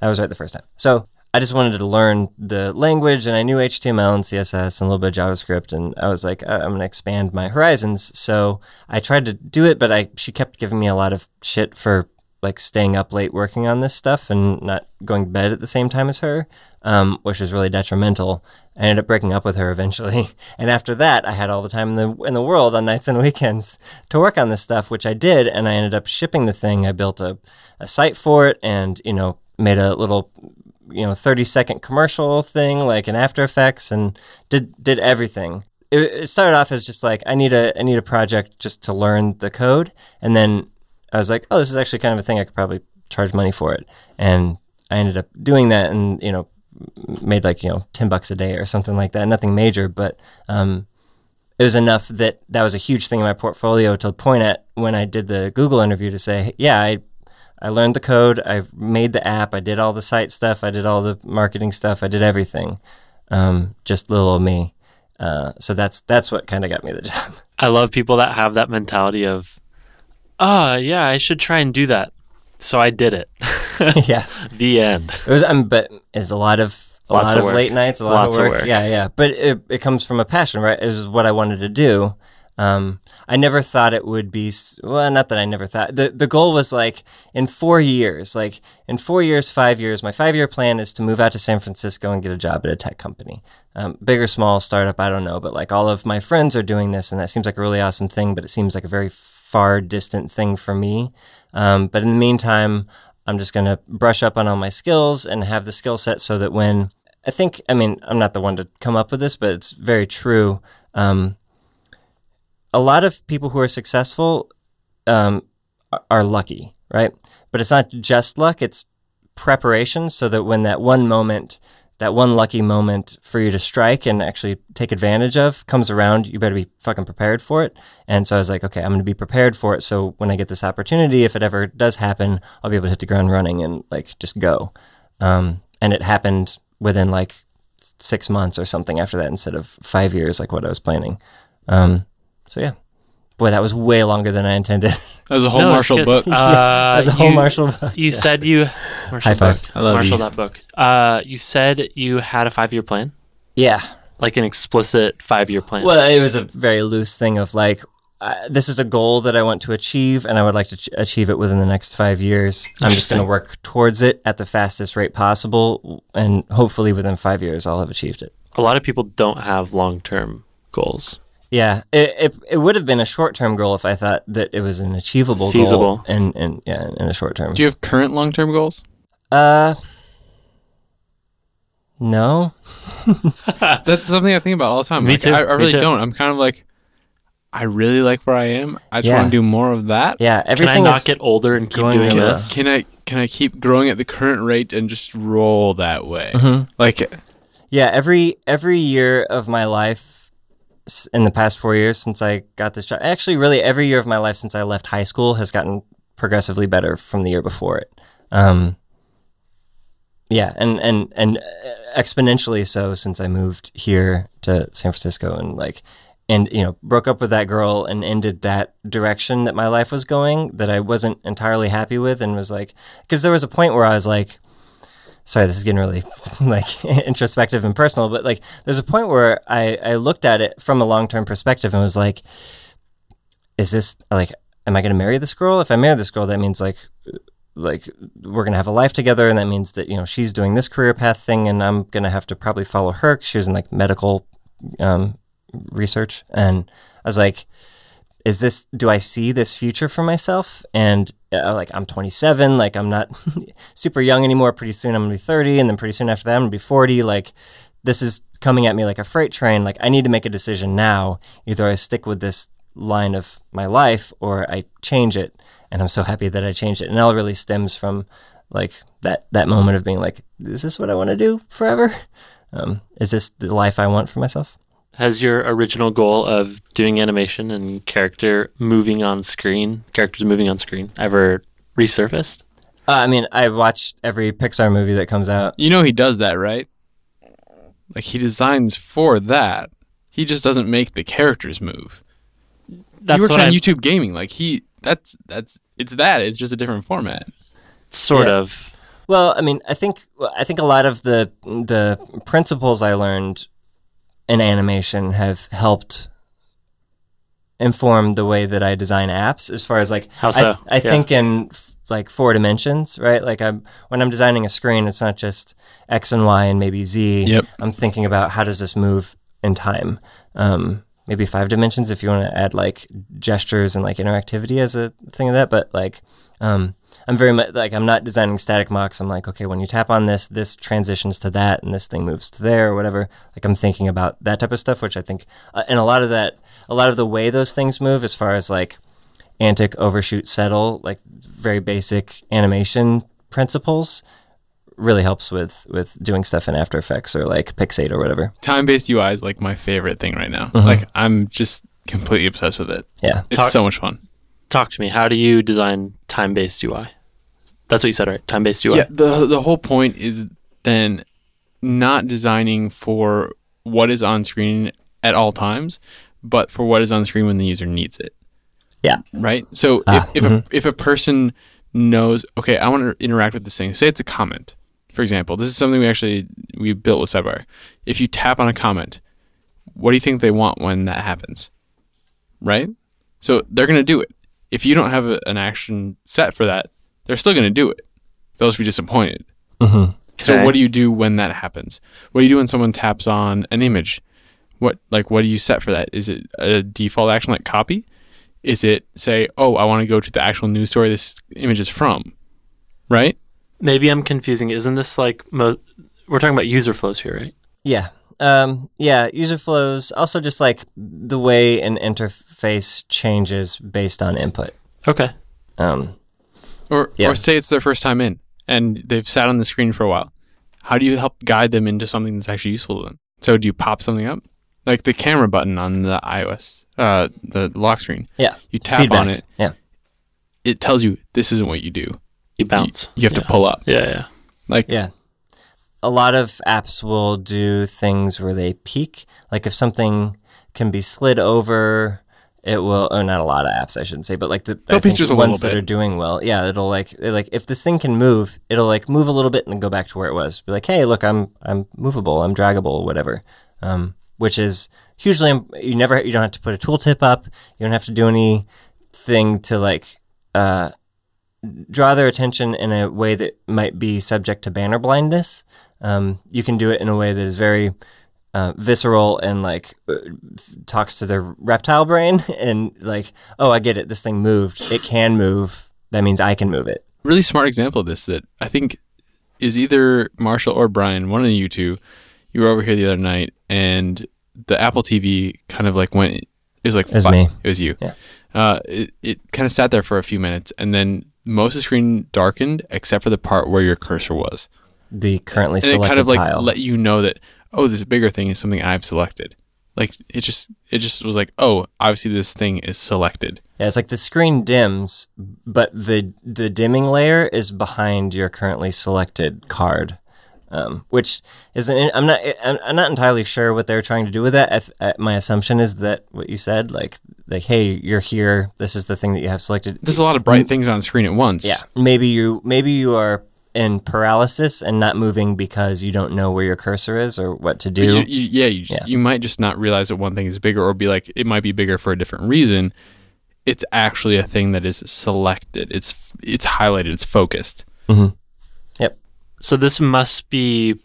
Speaker 2: I was right the first time. So I just wanted to learn the language, and I knew HTML and CSS and a little bit of JavaScript, and I was like, uh, I'm going to expand my horizons. So I tried to do it, but I she kept giving me a lot of shit for like staying up late working on this stuff and not going to bed at the same time as her, um, which was really detrimental. I ended up breaking up with her eventually, and after that, I had all the time in the in the world on nights and weekends to work on this stuff, which I did, and I ended up shipping the thing. I built a a site for it, and you know made a little you know 30 second commercial thing like in after effects and did did everything it, it started off as just like i need a i need a project just to learn the code and then i was like oh this is actually kind of a thing i could probably charge money for it and i ended up doing that and you know made like you know 10 bucks a day or something like that nothing major but um it was enough that that was a huge thing in my portfolio to point at when I did the Google interview to say, yeah, I I learned the code, I made the app, I did all the site stuff, I did all the marketing stuff, I did everything, um, just little old me. Uh, so that's that's what kind of got me the job.
Speaker 3: I love people that have that mentality of, ah, yeah, I should try and do that. So I did it.
Speaker 2: yeah,
Speaker 3: the end.
Speaker 2: it was. Um, but it's a lot of a
Speaker 3: Lots
Speaker 2: lot
Speaker 3: of
Speaker 2: of,
Speaker 3: work.
Speaker 2: late nights, a lot
Speaker 3: Lots
Speaker 2: of
Speaker 3: of
Speaker 2: work.
Speaker 3: work.
Speaker 2: Yeah, yeah. But it, it comes from a passion, right? It was what I wanted to do. Um, I never thought it would be s- well. Not that I never thought the the goal was like in four years, like in four years, five years. My five year plan is to move out to San Francisco and get a job at a tech company, um, big or small, startup. I don't know, but like all of my friends are doing this, and that seems like a really awesome thing. But it seems like a very far distant thing for me. Um, but in the meantime, I'm just going to brush up on all my skills and have the skill set so that when I think, I mean, I'm not the one to come up with this, but it's very true. Um, a lot of people who are successful um, are- are lucky, right? But it's not just luck, it's preparation so that when that one moment, that one lucky moment for you to strike and actually take advantage of comes around, you better be fucking prepared for it. And so I was like, okay, I'm going to be prepared for it. So when I get this opportunity, if it ever does happen, I'll be able to hit the ground running and like just go. Um, and it happened within like s- six months or something after that instead of five years, like what I was planning. Um, so yeah. Boy, that was way longer than I intended.
Speaker 1: That was a whole
Speaker 3: No, it's
Speaker 1: Marshall
Speaker 3: good.
Speaker 1: book.
Speaker 3: Uh,
Speaker 2: That's a whole
Speaker 3: you-
Speaker 2: Marshall.
Speaker 3: You said you Marshall
Speaker 2: five.
Speaker 3: Book.
Speaker 1: I love
Speaker 3: Marshall
Speaker 1: you.
Speaker 3: that book. Uh, you said you had a five year plan,
Speaker 2: Yeah.
Speaker 3: like an explicit five year plan.
Speaker 2: Well, it was a very loose thing of like, uh, this is a goal that I want to achieve, and I would like to ch- achieve it within the next five years. I'm just
Speaker 3: Interesting.
Speaker 2: going to work towards it at the fastest rate possible, and hopefully within five years, I'll have achieved it.
Speaker 3: A lot of people don't have long term goals.
Speaker 2: Yeah, it it, it would have been a short term goal if I thought that it was an achievable
Speaker 3: Feasible.
Speaker 2: goal and and yeah, in a short term.
Speaker 1: Do you have current long term goals?
Speaker 2: Uh, no,
Speaker 1: That's something I think about all the time.
Speaker 3: Me
Speaker 1: Like,
Speaker 3: too.
Speaker 1: I, I
Speaker 3: Me
Speaker 1: really
Speaker 3: too.
Speaker 1: don't. I'm kind of like, I really like where I am. I just
Speaker 2: Yeah.
Speaker 1: want to do more of that.
Speaker 2: yeah,
Speaker 3: Can
Speaker 2: everything
Speaker 3: I not
Speaker 2: is
Speaker 3: get older and keep
Speaker 2: going
Speaker 3: doing
Speaker 2: with
Speaker 3: this?
Speaker 1: Can I can I keep growing at the current rate and just roll that way?
Speaker 3: Mm-hmm.
Speaker 1: Like
Speaker 2: Yeah, every every year of my life s- in the past 4 years since I got this job. Actually, really every year of my life since I left high school has gotten progressively better from the year before it. Um yeah, and and and uh, exponentially so since I moved here to San Francisco and like and you know broke up with that girl and ended that direction that my life was going that I wasn't entirely happy with and was like because there was a point where I was like sorry this is getting really like introspective and personal but like there's a point where i i looked at it from a long-term perspective and was like is this like am i going to marry this girl if i marry this girl that means like like we're going to have a life together and that means that you know she's doing this career path thing and i'm going to have to probably follow her 'cause she was in like medical um, research and i was like is this do i see this future for myself and uh, like i'm 27 like i'm not super young anymore pretty soon i'm going to be 30 and then pretty soon after that i'm going to be 40 like this is coming at me like a freight train like i need to make a decision now either i stick with this line of my life or i change it and i'm so happy that i changed it and it all really stems from like that that moment of being like is this what i want to do forever um, is this the life i want for myself
Speaker 3: Has your original goal of doing animation and character moving on screen, characters moving on screen, ever resurfaced?
Speaker 2: uh, i mean i watched every pixar movie that comes out
Speaker 1: you know he does that, right? Like he designs for that. He just doesn't make the characters move.
Speaker 3: That's
Speaker 1: he works
Speaker 3: what
Speaker 1: on
Speaker 3: I'm
Speaker 1: YouTube gaming. Like he that's that's it's that. It's just a different format.
Speaker 3: sort
Speaker 2: Yeah.
Speaker 3: of.
Speaker 2: Well, I mean, I think I think a lot of the the principles I learned in animation have helped inform the way that I design apps. As far as like,
Speaker 3: How
Speaker 2: I,
Speaker 3: so?
Speaker 2: I
Speaker 3: Yeah.
Speaker 2: think in f- like four dimensions, right? Like, I'm when I'm designing a screen, it's not just X and Y and maybe Z.
Speaker 1: Yep.
Speaker 2: I'm thinking about how does this move in time. Um, maybe five dimensions if you want to add like gestures and like interactivity as a thing of that. But like, um, I'm very much like I'm not designing static mocks. I'm like, okay, when you tap on this, this transitions to that, and this thing moves to there or whatever. Like I'm thinking about that type of stuff, which I think, uh, and a lot of that, a lot of the way those things move, as far as like antic, overshoot, settle, like very basic animation principles really helps with with doing stuff in after effects or like pixate or whatever
Speaker 1: Time based UI is like my favorite thing right now.
Speaker 3: Mm-hmm.
Speaker 1: Like I'm just completely obsessed with it.
Speaker 2: yeah
Speaker 1: It's
Speaker 3: Talk-
Speaker 1: so much fun.
Speaker 3: Talk to me. How do you design time based UI? That's what you said, right? Time based UI.
Speaker 1: Yeah, the the whole point is then not designing for what is on screen at all times, but for what is on screen when the user needs it.
Speaker 2: Yeah.
Speaker 1: Right. So if if a, if a person knows, okay, I want to interact with this thing. Say it's a comment, for example. This is something we actually we built with Sidebar. If you tap on a comment, what do you think they want when that happens? right? So they're going to do it. If you don't have a, an action set for that, they're still going to do it. They'll just be disappointed. So
Speaker 3: Okay.
Speaker 1: what do you do when that happens? What do you do when someone taps on an image? What like what do you set for that? Is it a default action like copy? Is it say, "Oh, I want to go to the actual news story this image is from." Right?
Speaker 3: Maybe I'm confusing. Isn't this like mo- we're talking about user flows here, right?
Speaker 2: Yeah. Um, yeah, user flows, also just like the way an interface changes based on input.
Speaker 3: Okay.
Speaker 2: Um,
Speaker 1: Or
Speaker 2: Yeah.
Speaker 1: or say it's their first time in and they've sat on the screen for a while. How do you help guide them into something that's actually useful to them? So do you pop something up? Like the camera button on the iOS, uh, the lock screen.
Speaker 2: yeah.
Speaker 1: You tap on it.
Speaker 2: Yeah.
Speaker 1: It tells you this isn't what you do.
Speaker 3: You bounce.
Speaker 1: You have to pull up.
Speaker 3: yeah, yeah.
Speaker 1: Like
Speaker 2: Yeah. A lot of apps will do things where they peek. Like if something can be slid over, it will. Or not a lot of apps, I shouldn't say, but like the I
Speaker 1: They'll peek
Speaker 2: think
Speaker 1: just a
Speaker 2: ones
Speaker 1: little
Speaker 2: that
Speaker 1: bit.
Speaker 2: are doing well. Yeah, it'll like it like if this thing can move, it'll like move a little bit and then go back to where it was. Be like, hey, look, I'm I'm movable, I'm draggable, whatever. Um, which is hugely im- you never you don't have to put a tooltip up. You don't have to do anything to like uh, draw their attention in a way that might be subject to banner blindness. Um, you can do it in a way that is very uh, visceral and like uh, f- talks to their reptile brain and like, oh, I get it. This thing moved. It can move. That means I can move it.
Speaker 1: really smart example of this that I think is either Marshall or Brian, one of you two. You were over here the other night, and the Apple TV kind of like went. It was like
Speaker 2: was
Speaker 1: fi-
Speaker 2: me.
Speaker 1: It was you.
Speaker 2: Yeah.
Speaker 1: Uh, it it kind of sat there for a few minutes, and then most of the screen darkened except for the part where your cursor was,
Speaker 2: The currently
Speaker 1: and it
Speaker 2: selected
Speaker 1: kind of like
Speaker 2: tile.
Speaker 1: let you know that oh, this bigger thing is something I've selected. Like it just it just was like oh, obviously this thing is selected.
Speaker 2: yeah, it's like the screen dims, but the the dimming layer is behind your currently selected card. um, which isn't. I'm not. I'm, I'm not entirely sure what they're trying to do with that. I th- uh, my assumption is that what you said, like, like, hey, you're here. This is the thing that you have selected.
Speaker 1: There's a lot of bright things on screen at once.
Speaker 2: Mm. Yeah. Maybe you. Maybe you are in paralysis and not moving because you don't know where your cursor is or what to do.
Speaker 1: You, you- yeah, you, just,
Speaker 2: Yeah.
Speaker 1: you might just not realize that one thing is bigger, or be like, it might be bigger for a different reason. It's actually a thing that is selected. It's it's highlighted. It's focused.
Speaker 2: yep.
Speaker 3: So this must be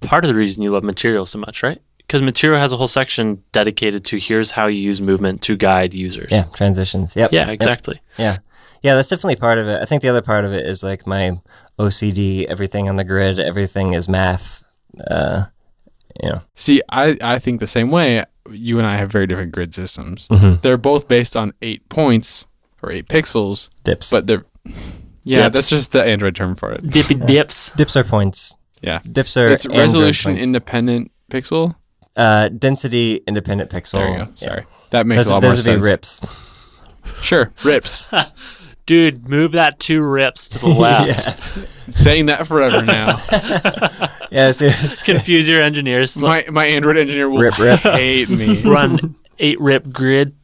Speaker 3: part of the reason you love Material so much, right? Because Material has a whole section dedicated to here's how you use movement to guide users.
Speaker 2: Yeah. Transitions. Yep.
Speaker 3: Yeah,
Speaker 2: Yep.
Speaker 3: exactly.
Speaker 2: Yeah. Yeah, that's definitely part of it. I think the other part of it is like my OCD, everything on the grid, everything is math. Uh, you know,
Speaker 1: See, I I think the same way. You and I have very different grid systems.
Speaker 2: Mm-hmm.
Speaker 1: They're both based on eight points or eight pixels,
Speaker 2: dips.
Speaker 1: but they're yeah,
Speaker 3: Dips.
Speaker 1: that's just the Android term for it.
Speaker 3: Dippy dips.
Speaker 2: dips are points.
Speaker 1: Yeah,
Speaker 2: Dips are
Speaker 1: it's
Speaker 2: Android
Speaker 1: resolution
Speaker 2: points.
Speaker 1: independent pixel.
Speaker 2: uh, density independent pixel.
Speaker 1: There you go. Sorry, that
Speaker 2: Oh, Yeah.
Speaker 1: makes
Speaker 2: Those,
Speaker 1: a lot
Speaker 2: those
Speaker 1: more sense.
Speaker 2: would be rips.
Speaker 1: Sure, rips.
Speaker 3: Dude, move that two rips to the left.
Speaker 1: Saying that forever now.
Speaker 2: Yeah, serious.
Speaker 3: Confuse your engineers.
Speaker 1: my my Android engineer will
Speaker 2: Rip, rip.
Speaker 1: hate me.
Speaker 3: Run eight rip grid.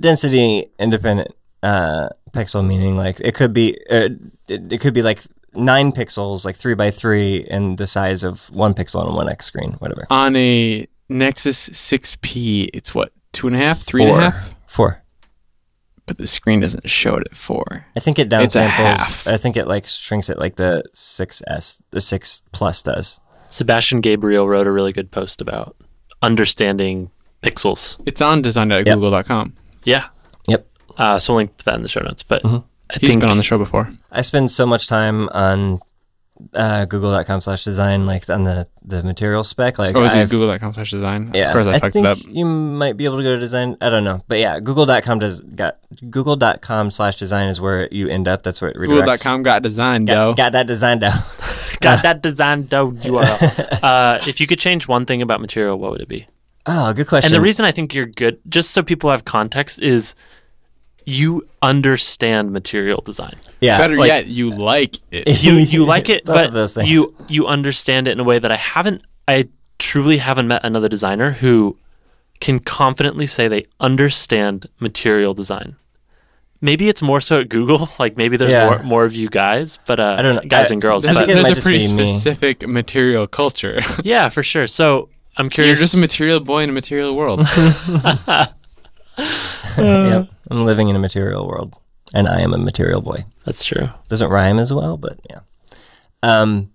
Speaker 2: density independent uh, pixel meaning like it could be uh, it, it could be like nine pixels, like three by three, and the size of one pixel on one X screen, whatever.
Speaker 1: On a Nexus 6P, it's what two and a half, three and a half.
Speaker 2: Four. Four.
Speaker 1: but the screen doesn't show it at four.
Speaker 2: I think it
Speaker 1: It's a
Speaker 2: downsamples.
Speaker 1: half.
Speaker 2: I think it like shrinks it like the 6S, the 6 Plus does.
Speaker 3: Sebastian Gabriel wrote a really good post about understanding pixels.
Speaker 1: It's on design.google.com.
Speaker 3: Yeah.
Speaker 2: Yep.
Speaker 3: Uh, so we'll link that in the show notes. But I
Speaker 1: Mm-hmm. He's
Speaker 3: think
Speaker 1: been on the show before.
Speaker 2: I spend so much time on uh, google.com slash design, like on the, the material spec. Like,
Speaker 1: Oh, is it
Speaker 2: I've-
Speaker 1: google.com slash design?
Speaker 2: Yeah,
Speaker 1: Of course, I, fucked
Speaker 2: think
Speaker 1: it up.
Speaker 2: you might be able to go to design. I don't know, but yeah, Google.com does got Google.com slash design is where you end up. That's where it redirects.
Speaker 1: Google.com got design,
Speaker 2: Got,
Speaker 1: though.
Speaker 2: got that design down.
Speaker 3: got that design dough URL. uh, if you could change one thing about Material, what would it be?
Speaker 2: oh, good question.
Speaker 3: And the reason I think you're good, just so people have context, is you understand material design.
Speaker 2: yeah,
Speaker 1: Better
Speaker 3: like-
Speaker 1: yet, you like it.
Speaker 3: You you like it,
Speaker 2: Both
Speaker 3: but
Speaker 2: of those things.
Speaker 3: you you understand it in a way that I haven't. I truly haven't met another designer who can confidently say they understand material design. Maybe it's more so at Google. Like maybe there's
Speaker 2: Yeah.
Speaker 3: more, more of you guys, but uh,
Speaker 2: I don't know.
Speaker 3: guys
Speaker 2: I-
Speaker 3: and girls.
Speaker 1: That's
Speaker 2: I
Speaker 1: a,
Speaker 3: But,
Speaker 2: think it might
Speaker 1: there's a
Speaker 2: just
Speaker 1: pretty
Speaker 2: be me.
Speaker 1: specific material culture.
Speaker 3: yeah, for sure. So I'm
Speaker 1: You're
Speaker 3: curious.
Speaker 1: just a material boy in a material world. uh,
Speaker 2: yep. I'm living in a material world, and I am a material boy.
Speaker 3: That's true.
Speaker 2: Doesn't rhyme as well, but yeah. Um.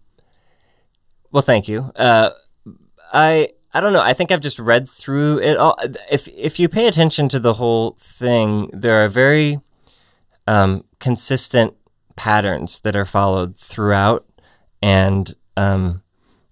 Speaker 2: Well, thank you. Uh, I I don't know. I think I've just read through it all. If if you pay attention to the whole thing, there are very um, consistent patterns that are followed throughout, and um,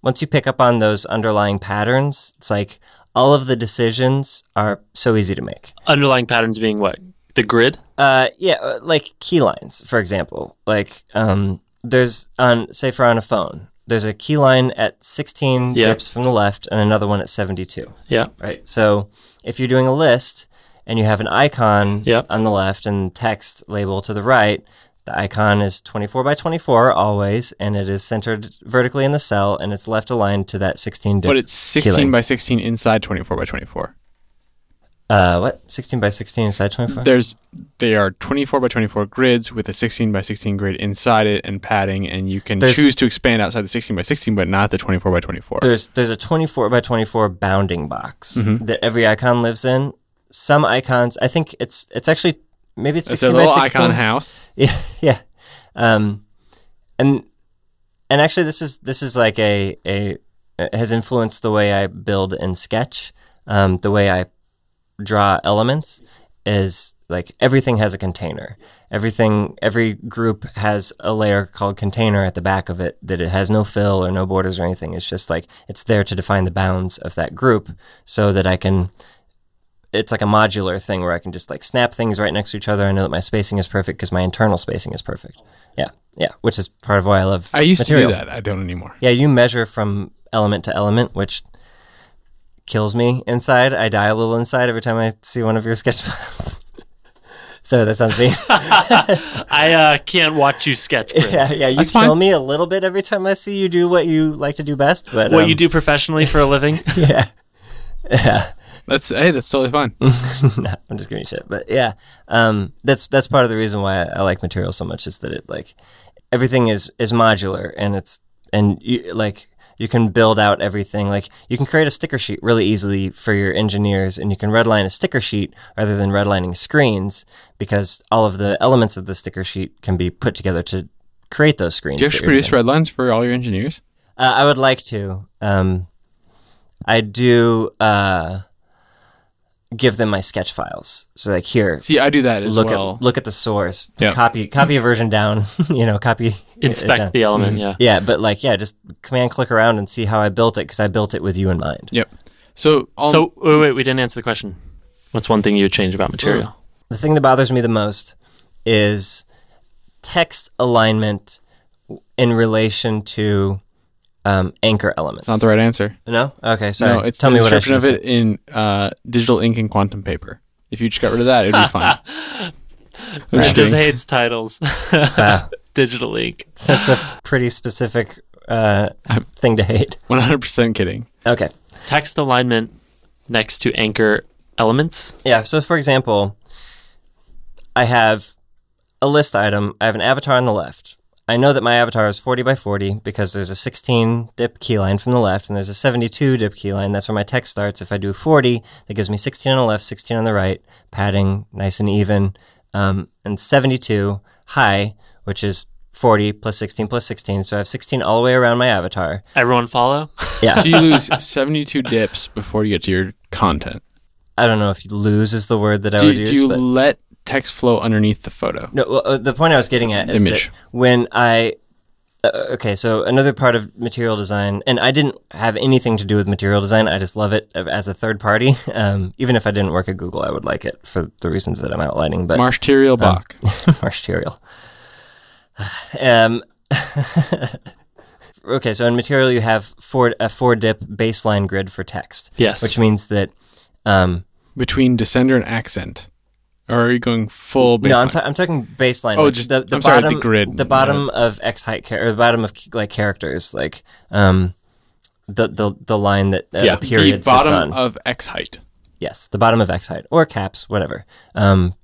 Speaker 2: once you pick up on those underlying patterns, it's like all of the decisions are so easy to make.
Speaker 3: Underlying patterns being what? The grid?
Speaker 2: Uh, yeah, uh, like key lines, for example. Like, um, there's on say for on a phone, there's a key line at 16
Speaker 3: Yeah.
Speaker 2: dips from the left and another one at 72.
Speaker 3: Yeah.
Speaker 2: Right. So if you're doing a list and you have an icon
Speaker 3: Yeah.
Speaker 2: on the left and text label to the right, the icon is 24 by 24 always, and it is centered vertically in the cell and it's left aligned to that 16 dip.
Speaker 1: But it's 16
Speaker 2: Killing.
Speaker 1: by 16 inside 24 by 24.
Speaker 2: uh, what 16 by 16 inside 24.
Speaker 1: There's they are 24 by 24 grids with a 16 by 16 grid inside it and padding, and you can
Speaker 2: There's-
Speaker 1: choose to expand outside the 16 by 16, but not the 24 by 24.
Speaker 2: There's there's a 24 by 24 bounding box
Speaker 1: Mm-hmm.
Speaker 2: that every icon lives in. Some icons, I think it's it's actually maybe it's
Speaker 1: It's a
Speaker 2: 16 by
Speaker 1: little
Speaker 2: 16.
Speaker 1: icon house.
Speaker 2: Yeah, yeah. Um, and and actually, this is this is like a a it has influenced the way I build and sketch. Um, the way I draw elements is like everything has a container. Everything, every group has a layer called container at the back of it that it has no fill or no borders or anything. It's just like it's there to define the bounds of that group so that I can. It's like a modular thing where I can just like snap things right next to each other. I know that my spacing is perfect because my internal spacing is perfect. Yeah, yeah, which is part of why I love.
Speaker 1: I used
Speaker 2: material.
Speaker 1: to do that. I don't anymore.
Speaker 2: Yeah, you measure from element to element, which kills me inside. I die a little inside every time I see one of your sketch files. so that sounds mean.
Speaker 3: I uh, can't watch you sketch. Bryn.
Speaker 2: yeah, yeah, you
Speaker 1: That's
Speaker 2: kill
Speaker 1: fine.
Speaker 2: me a little bit every time I see you do what you like to do best. But
Speaker 3: What
Speaker 2: um,
Speaker 3: you do professionally for a living?
Speaker 1: That's hey, that's totally fine.
Speaker 2: no, I'm just giving you shit. But yeah, um, that's that's part of the reason why I, I like material so much is that it like everything is is modular and it's and you like you can build out everything like you can create a sticker sheet really easily for your engineers and you can redline a sticker sheet rather than redlining screens because all of the elements of the sticker sheet can be put together to create those screens
Speaker 1: Do you
Speaker 2: that
Speaker 1: actually
Speaker 2: you're
Speaker 1: produce
Speaker 2: designing.
Speaker 1: red lines for all your engineers?
Speaker 2: Uh, I would like to. Um, I do uh, give them my sketch files. So like here,
Speaker 1: See, I do that as
Speaker 2: look
Speaker 1: well.
Speaker 2: at look at the source.
Speaker 1: Yeah.
Speaker 2: Copy copy a version down. you know, copy it down.
Speaker 3: Inspect the element. Yeah.
Speaker 2: Yeah, but like yeah, just command click around and see how I built it because I built it with you in mind.
Speaker 1: yep. So, um, all,
Speaker 3: So wait, wait, we didn't answer the question. What's one thing you would change about material?
Speaker 2: The thing that bothers me the most is text alignment in relation to um, anchor
Speaker 1: it's
Speaker 2: elements.
Speaker 1: not the right answer.
Speaker 2: no. Okay, sorry.
Speaker 1: No, it's
Speaker 2: Tell
Speaker 1: the
Speaker 2: me what I
Speaker 1: description
Speaker 2: should
Speaker 1: of
Speaker 2: have
Speaker 1: it in uh, digital ink and quantum paper. If you just got rid of that, it'd be fine. I'm
Speaker 3: Bryn
Speaker 1: just
Speaker 3: just
Speaker 1: kidding.
Speaker 3: hates titles.
Speaker 2: Wow.
Speaker 3: Digital ink.
Speaker 2: That's a pretty specific uh, thing to hate.
Speaker 1: 100% kidding.
Speaker 2: Okay.
Speaker 3: Text alignment next to anchor elements.
Speaker 2: Yeah. So, for example, I have a list item. I have an avatar on the left. I know that my avatar is 40 by 40 because there's a 16 dip key line from the left and there's a 72 dip key line. That's where my text starts. If I do 40, that gives me 16 on the left, 16 on the right, padding nice and even, um, and 72 high, which is 40 plus 16 plus 16. So I have 16 all the way around my avatar.
Speaker 3: Everyone follow?
Speaker 2: Yeah.
Speaker 1: So you lose 72 dips before you get to your content.
Speaker 2: I don't know if lose is the word E that I
Speaker 1: Do,
Speaker 2: would
Speaker 1: you-
Speaker 2: use.
Speaker 1: do you
Speaker 2: but
Speaker 1: let text flow underneath the photo?
Speaker 2: no, well, uh, the point I was getting at is
Speaker 1: Image.
Speaker 2: that when I uh, okay, so another part of material design, and I didn't have anything to do with material design. I just love it as a third party. Um, even if I didn't work at Google, I would like it for the reasons that I'm outlining. But
Speaker 1: Marshterial Bach.
Speaker 2: material. Um, okay, so in material you have four a four dip baseline grid for text,
Speaker 3: Yes.
Speaker 2: which means that. Um,
Speaker 1: Between descender and accent. Or are you going full baseline?
Speaker 2: No, I'm, ta- I'm talking baseline.
Speaker 1: Oh,
Speaker 2: like
Speaker 1: just-
Speaker 2: the, the
Speaker 1: I'm sorry,
Speaker 2: bottom,
Speaker 1: the grid.
Speaker 2: the bottom of X height, char- or the bottom of like characters, like um, the the the line that uh,
Speaker 3: Yeah,
Speaker 2: the period
Speaker 1: the bottom
Speaker 2: sits on.
Speaker 1: of X height.
Speaker 2: yes, the bottom of X height or caps, whatever. Um,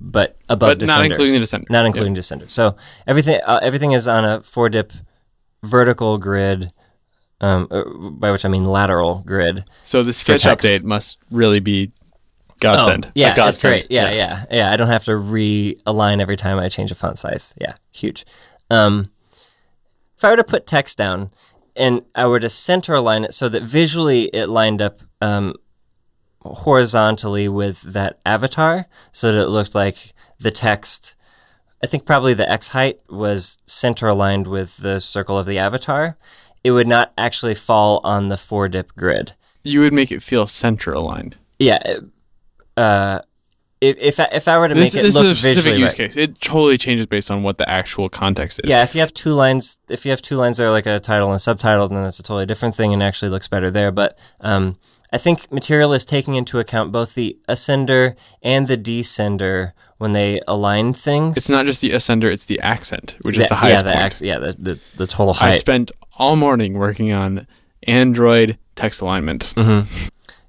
Speaker 2: but above
Speaker 1: But not
Speaker 2: descenders.
Speaker 1: including the descender.
Speaker 2: Not including descenders. So everything uh, everything is on a four dip vertical grid, um, uh, by which I mean lateral grid.
Speaker 1: So the sketch
Speaker 2: text.
Speaker 1: update must really be Godsend.
Speaker 2: Oh, Yeah,
Speaker 3: A
Speaker 2: that's
Speaker 3: godsend.
Speaker 2: great. Yeah,
Speaker 3: Yeah.
Speaker 2: yeah, yeah, I don't have to realign every time I change a font size. Yeah, huge. Um, if I were to put text down and I were to center align it so that visually it lined up um, horizontally with that avatar, so that it looked like the text. I think probably the X height was center aligned with the circle of the avatar. It would not actually fall on the four dip grid.
Speaker 1: You would make it feel center aligned.
Speaker 2: Yeah. it- Uh, if if I, if I were to
Speaker 1: This,
Speaker 2: make it
Speaker 1: this
Speaker 2: look
Speaker 1: is a specific
Speaker 2: visually
Speaker 1: use
Speaker 2: right-
Speaker 1: case. It totally changes based on what the actual context is.
Speaker 2: Yeah, if you have two lines, if you have two lines that are like a title and a subtitle, then that's a totally different thing and actually looks better there. But um, I think material is taking into account both the ascender and the descender when they align things.
Speaker 1: It's not just the ascender, it's the accent, which is
Speaker 2: Yeah,
Speaker 1: the highest
Speaker 2: yeah, the
Speaker 1: point.
Speaker 2: ax- yeah, the, the, the total
Speaker 1: I
Speaker 2: height.
Speaker 1: spent all morning working on Android text alignment.
Speaker 2: Mm-hmm.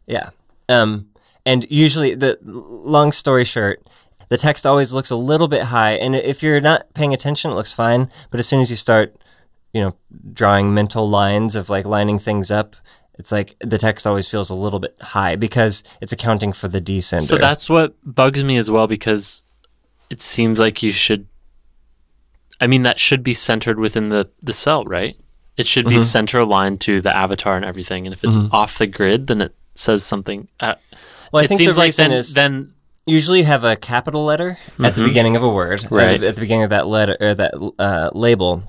Speaker 2: Yeah. Um, and usually, the long story short, the text always looks a little bit high, and if you're not paying attention, it looks fine. But as soon as you start, you know, drawing mental lines of like lining things up, it's like the text always feels a little bit high because it's accounting for the descender.
Speaker 3: So that's what bugs me as well because it seems like you should. I mean, that should be centered within the the cell, right? It should
Speaker 2: Mm-hmm.
Speaker 3: be center aligned to the avatar and everything. And if it's off the grid, then it says something. Uh,
Speaker 2: well, I
Speaker 3: it
Speaker 2: think
Speaker 3: seems
Speaker 2: the
Speaker 3: like
Speaker 2: reason
Speaker 3: then
Speaker 2: is
Speaker 3: then
Speaker 2: usually you have a capital letter at the beginning of a word, at the-
Speaker 3: Mm-hmm. Right.
Speaker 2: At the, beginning of that letter or that uh, label,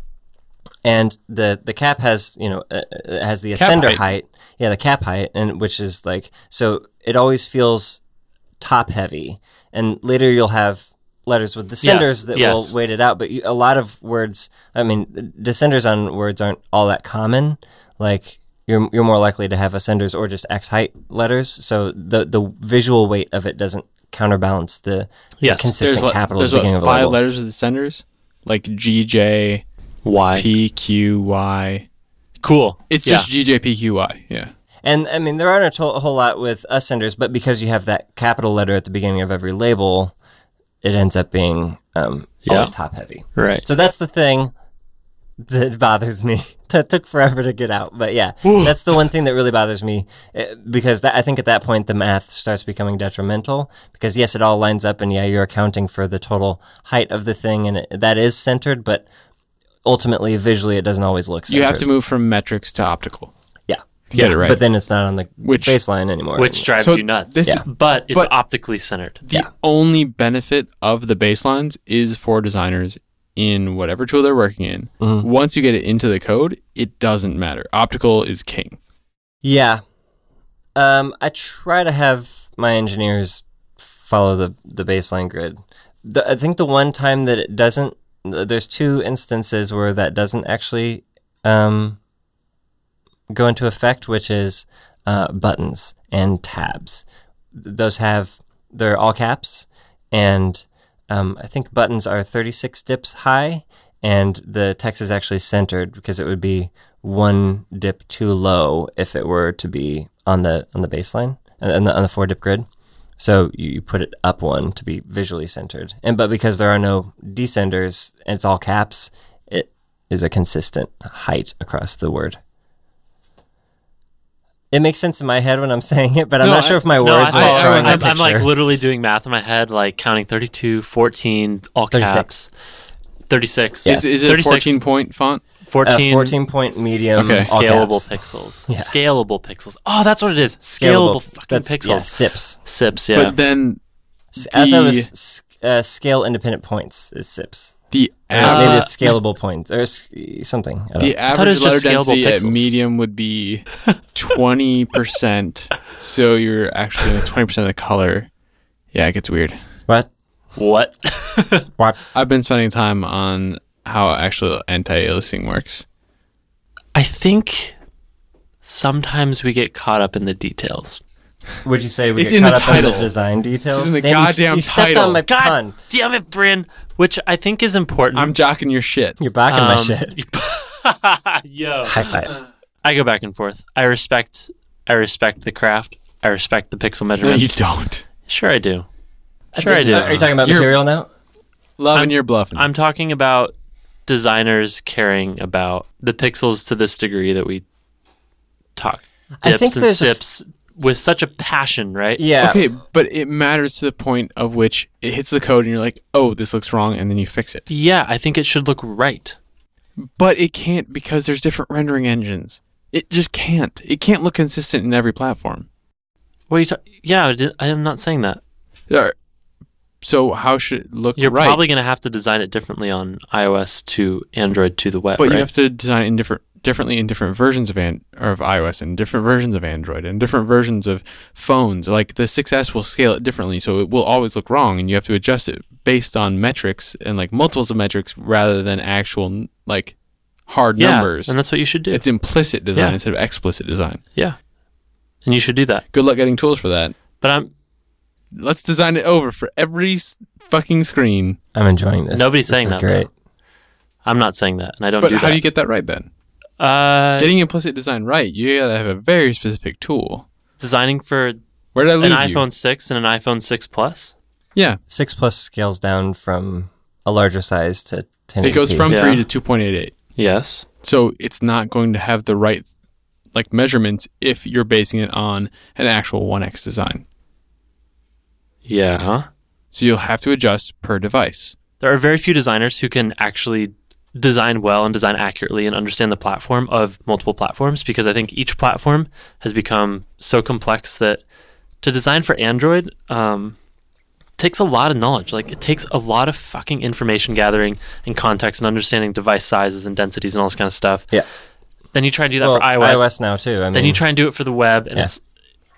Speaker 2: and the the cap has you know uh, uh, has the
Speaker 1: Cap
Speaker 2: ascender
Speaker 1: height.
Speaker 2: height. yeah, the cap height, and which is like so it always feels top heavy, and later you'll have letters with descenders
Speaker 3: Yes,
Speaker 2: that
Speaker 3: yes.
Speaker 2: will wait it out. But you, a lot of words, I mean, descenders on words aren't all that common. Like you're you're more likely to have ascenders or just X height letters. So the the visual weight of it doesn't counterbalance the,
Speaker 3: Yes.
Speaker 2: the
Speaker 1: There's
Speaker 2: consistent
Speaker 1: what,
Speaker 2: capital
Speaker 1: there's
Speaker 2: at the
Speaker 1: what
Speaker 2: beginning
Speaker 1: five
Speaker 2: of the label.
Speaker 1: letters with ascenders? Like GJ,
Speaker 3: why?
Speaker 1: PQY.
Speaker 3: cool.
Speaker 1: It's
Speaker 3: Yeah.
Speaker 1: just GJPQY. Yeah.
Speaker 2: And I mean, there aren't a, to- a whole lot with ascenders, but because you have that capital letter at the beginning of every label, it ends up being um,
Speaker 3: Yeah.
Speaker 2: always top heavy.
Speaker 3: right.
Speaker 2: So that's the thing that bothers me. That took forever to get out, but yeah, that's the one thing that really bothers me eh, because that, I think at that point the math starts becoming detrimental because yes, it all lines up and yeah, you're accounting for the total height of the thing and it, that is centered, but ultimately visually it doesn't always look centered.
Speaker 1: You have to move from metrics to optical.
Speaker 2: yeah,
Speaker 1: Get it right.
Speaker 2: but then it's not on the
Speaker 1: Which-
Speaker 2: baseline anymore.
Speaker 3: Which drives
Speaker 1: So
Speaker 3: you nuts.
Speaker 1: this- Yeah.
Speaker 3: But it's
Speaker 1: but-
Speaker 3: optically centered.
Speaker 1: The only benefit of the baselines is for designers in whatever tool they're working in.
Speaker 2: Mm-hmm.
Speaker 1: Once you get it into the code, it doesn't matter. Optical is king.
Speaker 2: Yeah. Um, I try to have my engineers follow the, the baseline grid. The, I think the one time that it doesn't, there's two instances where that doesn't actually um, go into effect, which is uh, buttons and tabs. Th- Those have, they're all caps, and um, I think buttons are 36 dips high, and the text is actually centered because it would be one dip too low if it were to be on the on the baseline and on the, on the four dip grid. So you, you put it up one to be visually centered, and but because there are no descenders and it's all caps, it is a consistent height across the word. It makes sense in my head when I'm saying it, but I'm
Speaker 1: No,
Speaker 2: not
Speaker 1: I-
Speaker 2: sure if my
Speaker 3: No, I,
Speaker 2: words are
Speaker 1: I-
Speaker 2: drawing
Speaker 1: I-
Speaker 2: a
Speaker 3: am
Speaker 2: picture.
Speaker 3: I'm like literally doing math in my head, like counting 32, 14, all
Speaker 2: 36.
Speaker 3: caps. 36.
Speaker 1: Is, is it a 14 point font?
Speaker 3: 14,
Speaker 2: Uh, 14 point medium
Speaker 1: Okay.
Speaker 2: all caps.
Speaker 3: scalable pixels. Scalable pixels. Oh, that's what it is. Scalable,
Speaker 2: Scalable.
Speaker 3: fucking
Speaker 2: That's-
Speaker 3: pixels.
Speaker 2: Yeah, SIPs.
Speaker 3: Sips, yeah.
Speaker 1: But then
Speaker 2: S- I thought it was
Speaker 1: The-
Speaker 2: s- uh, scale independent points is SIPs.
Speaker 1: the
Speaker 2: Uh,
Speaker 1: average,
Speaker 2: Maybe it's scalable points or s- something. I don't
Speaker 1: the
Speaker 2: know.
Speaker 3: thought it
Speaker 1: average
Speaker 3: was just
Speaker 1: letter
Speaker 3: scalable
Speaker 1: density at
Speaker 3: pixels.
Speaker 1: medium would be 20%. so you're actually at 20% of the color. Yeah, it gets weird.
Speaker 2: What?
Speaker 3: what?
Speaker 2: What?
Speaker 1: I've been spending time on how actual anti-aliasing works.
Speaker 3: I think sometimes we get caught up in the details.
Speaker 2: Would you say we
Speaker 1: It's
Speaker 2: get
Speaker 1: in the
Speaker 2: caught up in the
Speaker 1: title.
Speaker 2: design details?
Speaker 1: It's in the
Speaker 2: Damn, you s-
Speaker 1: goddamn
Speaker 2: you stepped
Speaker 1: title.
Speaker 2: on my
Speaker 3: God
Speaker 2: pun.
Speaker 3: damn it, Bryn. Which I think is important.
Speaker 1: I'm jocking your shit.
Speaker 2: You're backing my
Speaker 3: Um,
Speaker 2: shit.
Speaker 3: Yo.
Speaker 2: High five.
Speaker 3: I go back and forth. I respect I respect the craft. I respect the pixel
Speaker 1: No,
Speaker 3: measurements.
Speaker 1: you don't.
Speaker 3: Sure I do. Sure I, do.
Speaker 2: Are you talking about
Speaker 1: You're-
Speaker 2: material now?
Speaker 1: Loving your bluffing.
Speaker 3: I'm talking about designers caring about the pixels to this degree that we talk.
Speaker 2: I
Speaker 3: Dips
Speaker 2: think
Speaker 3: and
Speaker 2: there's a f-
Speaker 3: sips, with such a passion, right?
Speaker 2: Yeah.
Speaker 1: Okay, but it matters to the point of which it hits the code and you're like, oh, this looks wrong, and then you fix it.
Speaker 3: Yeah, I think it should look right.
Speaker 1: But it can't because there's different rendering engines. It just can't. It can't look consistent in every platform.
Speaker 3: What are you ta- Yeah, I did- I am not saying that.
Speaker 1: There- So how should it look
Speaker 3: You're
Speaker 1: right?
Speaker 3: probably going to have to design it differently on iOS to Android to the web.
Speaker 1: but
Speaker 3: right?
Speaker 1: you have to design in different differently in different versions of an, or of iOS and different versions of Android and different versions of phones. Like the 6S will scale it differently, so it will always look wrong and you have to adjust it based on metrics and like multiples of metrics rather than actual like hard
Speaker 3: yeah,
Speaker 1: numbers.
Speaker 3: and that's what you should do.
Speaker 1: It's implicit design
Speaker 3: Yeah.
Speaker 1: instead of explicit design.
Speaker 3: yeah, and you should do that.
Speaker 1: Good luck getting tools for that.
Speaker 3: But I'm
Speaker 1: Let's design it over for every s- fucking screen.
Speaker 2: I'm enjoying this.
Speaker 3: Nobody's
Speaker 2: This
Speaker 3: saying
Speaker 2: is
Speaker 3: that,
Speaker 2: Great.
Speaker 3: I'm not saying that, and I don't.
Speaker 1: But
Speaker 3: do
Speaker 1: how
Speaker 3: that.
Speaker 1: do you get that right then?
Speaker 3: uh,
Speaker 1: Getting implicit design right, you gotta have a very specific tool.
Speaker 3: designing for an
Speaker 1: Where did I lose you?
Speaker 3: iPhone six and an iPhone six plus?
Speaker 1: Yeah,
Speaker 2: Six plus scales down from a larger size to 10.
Speaker 1: it goes from
Speaker 3: Yeah.
Speaker 1: three to two point eight eight.
Speaker 3: Yes.
Speaker 1: So it's not going to have the right like measurements if you're basing it on an actual one X design.
Speaker 3: Yeah. Huh?
Speaker 1: So you'll have to adjust per device.
Speaker 3: There are very few designers who can actually design well and design accurately and understand the platform of multiple platforms because I think each platform has become so complex that to design for Android um, takes a lot of knowledge. Like it takes a lot of fucking information gathering and context and understanding device sizes and densities and all this kind of stuff.
Speaker 2: Yeah.
Speaker 3: Then you try and do that
Speaker 2: well,
Speaker 3: for iOS.
Speaker 2: iOS now, too. I mean,
Speaker 3: Then you try and do it for the web, and it's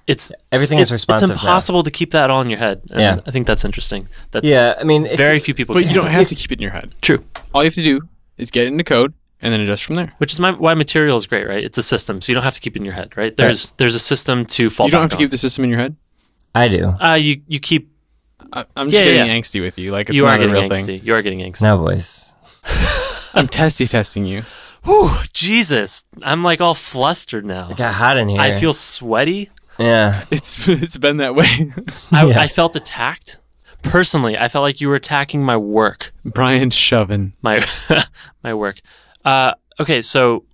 Speaker 3: it's
Speaker 2: Mm. Everything
Speaker 3: it's,
Speaker 2: is responsive now.
Speaker 3: It's impossible to keep that all in your head. And
Speaker 2: Yeah.
Speaker 3: I think that's interesting. That's
Speaker 2: Yeah. I mean, if
Speaker 3: very
Speaker 2: you-
Speaker 3: few people.
Speaker 1: But
Speaker 3: can.
Speaker 1: you don't have to keep it in your head.
Speaker 3: True.
Speaker 1: All you have to do is get it into code and then adjust from there.
Speaker 3: Which is my, why material is great, right? It's a system, so you don't have to keep it in your head, right? There's there's a system to fall
Speaker 1: You don't
Speaker 3: back
Speaker 1: have to keep the system in your head.
Speaker 2: I do.
Speaker 3: on. Uh, you you keep
Speaker 1: I- I'm just
Speaker 3: Yeah, yeah,
Speaker 1: getting angsty with you. Like it's
Speaker 3: you
Speaker 1: not
Speaker 3: are
Speaker 1: a
Speaker 3: getting
Speaker 1: real
Speaker 3: angsty.
Speaker 1: thing.
Speaker 3: You are getting angsty.
Speaker 2: Now, boys.
Speaker 1: I'm testy testing you.
Speaker 3: Whew, Jesus, I'm like all flustered now.
Speaker 2: It got hot in here.
Speaker 3: I feel sweaty.
Speaker 2: Yeah.
Speaker 1: It's it's been that way.
Speaker 3: I,
Speaker 2: Yeah.
Speaker 3: I felt attacked. Personally, I felt like you were attacking my work.
Speaker 1: Brian Shovin.
Speaker 3: my my work. Uh, okay, so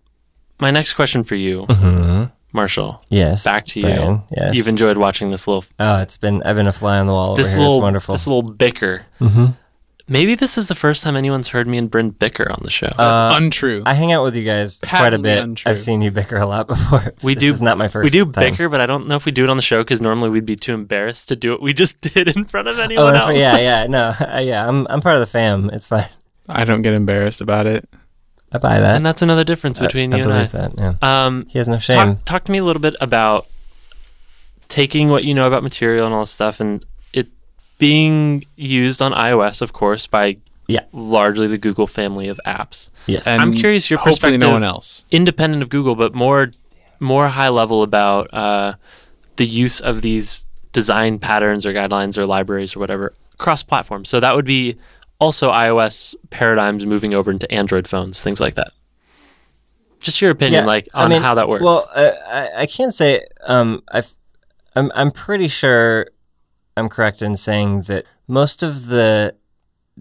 Speaker 3: my next question for you, Marshall.
Speaker 2: Yes.
Speaker 3: Back to you.
Speaker 2: Mm-hmm. Brian, Yes.
Speaker 3: You've enjoyed watching this little
Speaker 2: Oh, it's been. I've been a fly on the wall
Speaker 3: this
Speaker 2: over here.
Speaker 3: little
Speaker 2: it's wonderful. Mm-hmm.
Speaker 3: this little bicker. Maybe this is the first time anyone's heard me and Bryn bicker on the show.
Speaker 2: Uh,
Speaker 1: That's untrue.
Speaker 2: I hang out with you guys quite a
Speaker 1: Patently
Speaker 2: bit.
Speaker 1: untrue.
Speaker 2: I've seen you bicker a lot before.
Speaker 3: we
Speaker 2: This
Speaker 3: do
Speaker 2: Is not my first.
Speaker 3: We do
Speaker 2: time.
Speaker 3: bicker, but I don't know if we do it on the show because normally we'd be too embarrassed to do what we just did in front of
Speaker 2: Oh,
Speaker 3: anyone
Speaker 2: and
Speaker 3: else.
Speaker 2: for- yeah, yeah, no, uh, yeah. I'm I'm part of the fam. It's fine.
Speaker 1: I don't get embarrassed about it.
Speaker 2: I buy that.
Speaker 3: And that's another difference between
Speaker 2: I
Speaker 3: you
Speaker 2: believe
Speaker 3: and
Speaker 2: that. Yeah.
Speaker 3: I. Um,
Speaker 2: He has no shame.
Speaker 3: talk, talk to me a little bit about taking what you know about material and all this stuff and it being used on iOS, of course, by
Speaker 2: Yeah.
Speaker 3: largely the Google family of apps.
Speaker 2: yes.
Speaker 1: And
Speaker 3: I'm curious your
Speaker 1: Hopefully,
Speaker 3: perspective,
Speaker 1: no one else.
Speaker 3: independent of Google, but more more high level about uh, the use of these design patterns or guidelines or libraries or whatever cross platform. So that would be also iOS paradigms moving over into Android phones, things like that. Just your opinion, like
Speaker 2: I
Speaker 3: on
Speaker 2: mean,
Speaker 3: how that works.
Speaker 2: Well, I, I, I can say um, I've, I'm I'm pretty sure I'm correct in saying that most of the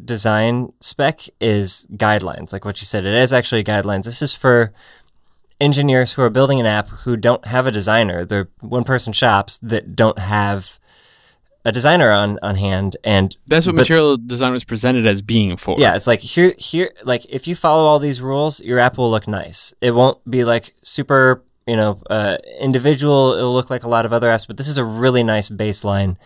Speaker 2: design spec is guidelines, like what you said. It is actually guidelines. This is for engineers who are building an app who don't have a designer. They're one person shops that don't have a designer on on hand and
Speaker 1: That's what
Speaker 2: but-
Speaker 1: material design was presented as being for.
Speaker 2: yeah, it's like here, here, like if you follow all these rules, your app will look nice. It won't be like super, you know, uh, individual. It'll look like a lot of other apps, but this is a really nice baseline.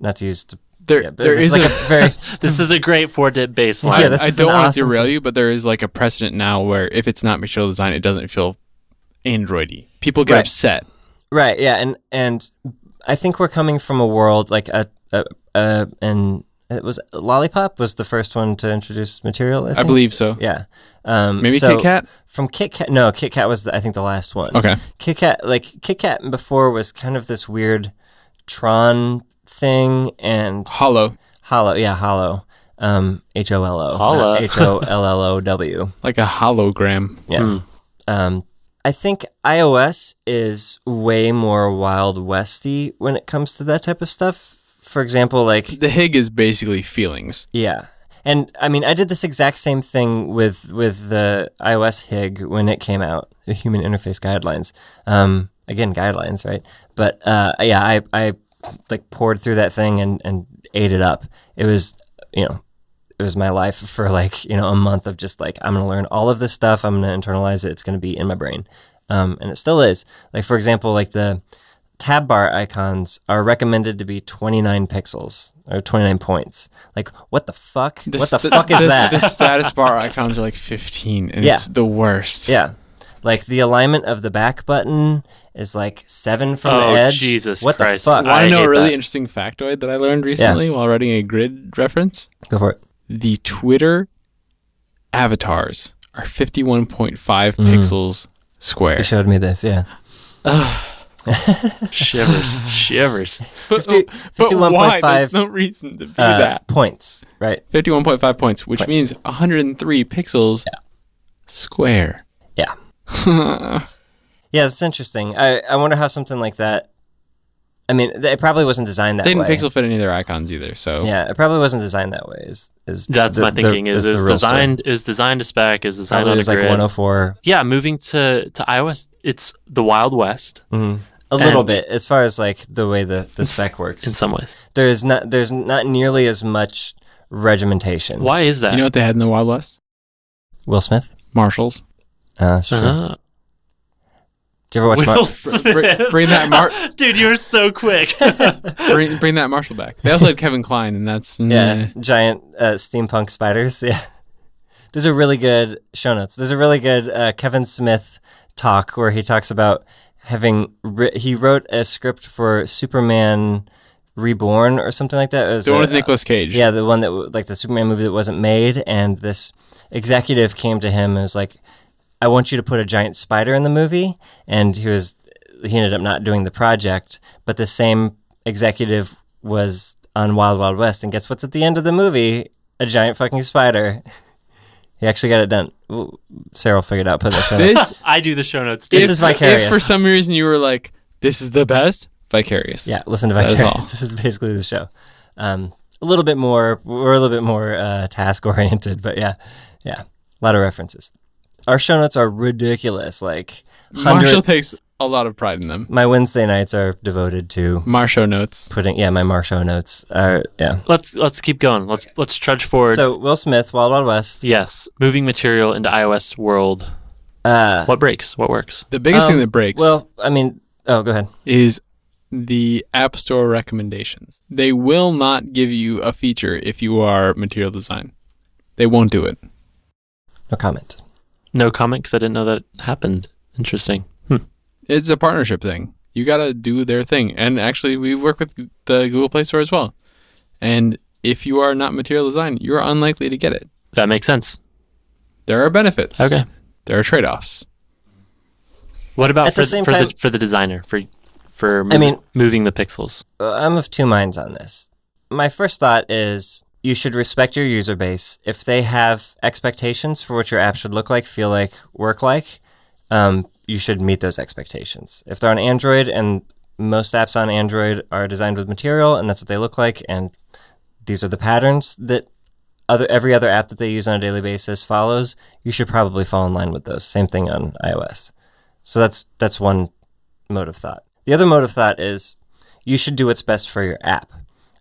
Speaker 2: Not to use, to,
Speaker 1: There,
Speaker 2: yeah, but
Speaker 1: there
Speaker 2: this
Speaker 1: is
Speaker 2: like
Speaker 1: a.
Speaker 2: a very
Speaker 3: This is a great four dip baseline.
Speaker 2: Yeah, this
Speaker 1: I
Speaker 2: is
Speaker 1: don't
Speaker 2: an
Speaker 1: want
Speaker 2: awesome
Speaker 1: to derail you, but there is like a precedent now where if it's not material design, it doesn't feel Androidy. People get
Speaker 2: Right.
Speaker 1: upset.
Speaker 2: Right. Yeah. And and I think we're coming from a world like a, a, a and it was Lollipop was the first one to introduce material. I,
Speaker 1: I
Speaker 2: think.
Speaker 1: believe so.
Speaker 2: Yeah. Um,
Speaker 1: Maybe
Speaker 2: so
Speaker 1: Kit Kat.
Speaker 2: From Kit Kat, no, Kit Kat was the, I think the last one.
Speaker 1: Okay.
Speaker 2: Kit Kat, like Kit Kat before was kind of this weird Tron thing and
Speaker 1: Hollow,
Speaker 2: Hollow, yeah, Hollow, um, H O L O,
Speaker 3: Hollow.
Speaker 2: H O L L O W.
Speaker 1: like a hologram.
Speaker 2: Yeah. Um, I think iOS is way more Wild Westy when it comes to that type of stuff. For example, like
Speaker 1: The Hig is basically feelings.
Speaker 2: yeah. And I mean, I did this exact same thing with with the iOS HIG when it came out, the Human Interface Guidelines. Um, again guidelines, right? But uh, yeah, I I like poured through that thing and and ate it up. It was you know it was my life for like you know a month of just like I'm gonna learn all of this stuff. I'm gonna internalize it. It's gonna be in my brain, um, and it still is. Like for example, like the tab bar icons are recommended to be 29 pixels or 29 points. Like what the fuck? what the fuck is
Speaker 1: the-
Speaker 2: that?
Speaker 1: The status bar icons are like 15, and
Speaker 2: Yeah.
Speaker 1: it's the worst.
Speaker 2: Yeah. Like the alignment of the back button is like seven from
Speaker 3: Oh,
Speaker 2: the edge.
Speaker 3: Jesus
Speaker 2: what
Speaker 3: Christ.
Speaker 2: the fuck?
Speaker 3: Why-
Speaker 1: Want
Speaker 3: I
Speaker 1: to know
Speaker 3: hate
Speaker 1: a really
Speaker 3: that.
Speaker 1: interesting factoid that I learned recently while writing a grid reference?
Speaker 2: Go for it.
Speaker 1: The Twitter avatars are 51.5
Speaker 2: Mm.
Speaker 1: pixels square.
Speaker 2: You showed me this, yeah.
Speaker 3: Shivers, shivers.
Speaker 1: But,
Speaker 2: 50
Speaker 1: but why?
Speaker 2: 51.5,
Speaker 1: There's no reason to be
Speaker 2: Uh,
Speaker 1: that.
Speaker 2: Points, right?
Speaker 1: 51.5 points, which
Speaker 2: points.
Speaker 1: means 103 pixels square.
Speaker 2: Yeah.
Speaker 1: Uh,
Speaker 2: Yeah, that's interesting. I, I wonder how something like that. I mean, th- it probably wasn't designed that
Speaker 1: They didn't
Speaker 2: way.
Speaker 1: pixel fit any of their icons either, so
Speaker 2: Yeah, it probably wasn't designed that way. Is, is
Speaker 3: That's
Speaker 2: the-
Speaker 3: my
Speaker 2: the-
Speaker 3: thinking. is
Speaker 2: the
Speaker 3: is
Speaker 2: real story.
Speaker 3: designed is designed to spec. Is designed
Speaker 2: Probably
Speaker 3: on a
Speaker 2: was like
Speaker 3: grid.
Speaker 2: 104.
Speaker 3: yeah, moving to to iOS, it's the Wild West
Speaker 2: mhm. A little
Speaker 3: And-
Speaker 2: bit, as far as like the way the, the spec works.
Speaker 3: in some ways.
Speaker 2: there's not there's not nearly as much regimentation.
Speaker 3: Why is that?
Speaker 1: You know what they had in the Wild West?
Speaker 2: Will Smith?
Speaker 1: Marshalls.
Speaker 2: Uh, sure.
Speaker 3: Uh-huh.
Speaker 2: Do you ever watch? Mar-
Speaker 3: Will
Speaker 1: Br-
Speaker 3: Smith.
Speaker 1: bring that Mar-
Speaker 3: Dude, you were so quick.
Speaker 1: bring, bring that Marshall back. They also had Kevin Klein, and that's
Speaker 2: yeah,
Speaker 1: yeah.
Speaker 2: giant uh, steampunk spiders. Yeah, there's a really good show notes. There's a really good uh, Kevin Smith talk where he talks about having ri- he wrote a script for Superman Reborn or something like that. It was
Speaker 1: the one
Speaker 2: a-
Speaker 1: with Nicolas Cage.
Speaker 2: Yeah, the one that w- like the Superman movie that wasn't made, and this executive came to him and was like, "I want you to put a giant spider in the movie," and he was he ended up not doing the project, but the same executive was on Wild Wild West, and guess what's at the end of the movie? A giant fucking spider. He actually got it done. Ooh, Sarah will figure it out. Put this in. it.
Speaker 1: This
Speaker 3: I do the show notes.
Speaker 2: This
Speaker 1: if,
Speaker 2: is vicarious.
Speaker 1: If for some reason you were like, "This is the best," vicarious.
Speaker 2: Yeah, listen to
Speaker 1: That is all.
Speaker 2: Vicarious. This is basically the show. Um, a little bit more, we're a little bit more uh, task oriented, but yeah, yeah, a lot of references. Our show notes are ridiculous. Like,
Speaker 1: Marshall
Speaker 2: hundred.
Speaker 1: takes a lot of pride in them.
Speaker 2: my Wednesday nights are devoted to
Speaker 1: Marshall notes.
Speaker 2: putting. Yeah, my Marshall notes are. Yeah.
Speaker 3: Let's let's keep going. Let's let's trudge forward.
Speaker 2: So Will Smith, Wild Wild West.
Speaker 3: yes, moving material into iOS world.
Speaker 2: Uh,
Speaker 3: What breaks? What works?
Speaker 1: The biggest
Speaker 2: Um,
Speaker 1: thing that breaks
Speaker 2: well, I mean, oh, go ahead.
Speaker 1: is the App Store recommendations. They will not give you a feature if you are material design. They won't do it.
Speaker 2: No comment.
Speaker 3: No comment because I didn't know that happened. Interesting. Hmm.
Speaker 1: It's a partnership thing. You got to do their thing. And actually, we work with the Google Play Store as well. And if you are not material design, you're unlikely to get it.
Speaker 3: That makes sense.
Speaker 1: There are benefits.
Speaker 3: Okay.
Speaker 1: There are trade offs.
Speaker 3: What about
Speaker 2: At the
Speaker 3: for,
Speaker 2: same
Speaker 3: for
Speaker 2: time-
Speaker 3: the for the designer for for
Speaker 2: I mean-
Speaker 3: moving the pixels?
Speaker 2: Uh, I'm of two minds on this. My first thought is you should respect your user base. If they have expectations for what your app should look like, feel like, work like, um, you should meet those expectations. If they're on Android and most apps on Android are designed with material and that's what they look like and these are the patterns that other every other app that they use on a daily basis follows, you should probably fall in line with those. Same thing on iOS. So that's that's one mode of thought. The other mode of thought is you should do what's best for your app.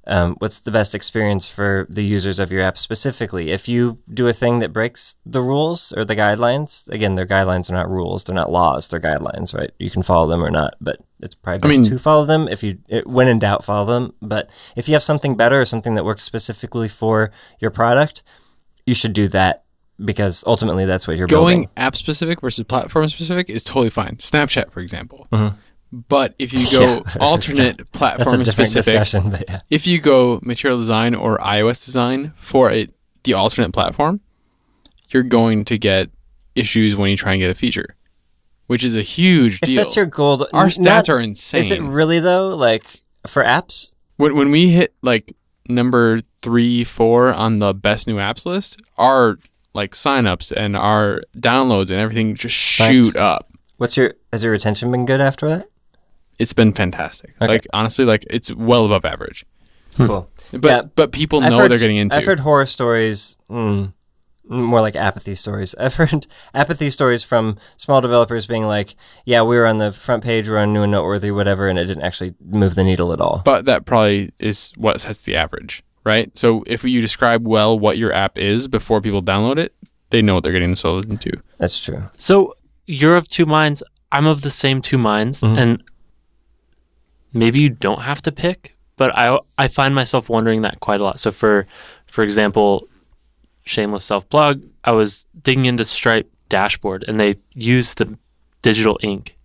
Speaker 2: Um, what's the best experience for the users of your app specifically? If you do a thing that breaks the rules or the guidelines, again, their guidelines are not rules, they're not laws, they're guidelines, right? You can follow them or not, but it's probably best
Speaker 1: mean-
Speaker 2: to follow them. If you, it, when in doubt, follow them. But if you have something better or something that works specifically for your product, you should do that because ultimately that's what you're building.
Speaker 1: Going app specific versus platform specific is totally fine. Snapchat, for example.
Speaker 2: Uh-huh.
Speaker 1: But if you go alternate
Speaker 2: That's a
Speaker 1: platform
Speaker 2: different
Speaker 1: specific,
Speaker 2: discussion, but yeah.
Speaker 1: if you go material design or iOS design for a, the alternate platform, you're going to get issues when you try and get a feature, which is a huge
Speaker 2: If
Speaker 1: deal.
Speaker 2: that's your goal, th-
Speaker 1: Our
Speaker 2: n-
Speaker 1: stats
Speaker 2: not-
Speaker 1: are insane.
Speaker 2: Is it really though? Like for apps?
Speaker 1: when, when we hit like number three, four on the best new apps list, our like signups and our downloads and everything just shoot up.
Speaker 2: What's your has your retention been good after that?
Speaker 1: It's been fantastic.
Speaker 2: Okay.
Speaker 1: Like honestly, like it's well above average.
Speaker 2: Cool.
Speaker 1: But
Speaker 2: Yeah.
Speaker 1: Hmm. but people
Speaker 2: I've
Speaker 1: know
Speaker 2: heard-
Speaker 1: they're getting into.
Speaker 2: I've heard horror stories. Mm, more like apathy stories. I've heard apathy stories from small developers being like, "Yeah, we were on the front page, we are on new and noteworthy, whatever," and it didn't actually move the needle at all.
Speaker 1: but that probably is what sets the average, right? So if you describe well what your app is before people download it, they know what they're getting themselves into.
Speaker 2: That's true.
Speaker 3: So you're of two minds. I'm of the same two minds, and maybe you don't have to pick. But I I find myself wondering that quite a lot. So for for example, shameless self plug. I was digging into Stripe dashboard, and they use the digital ink,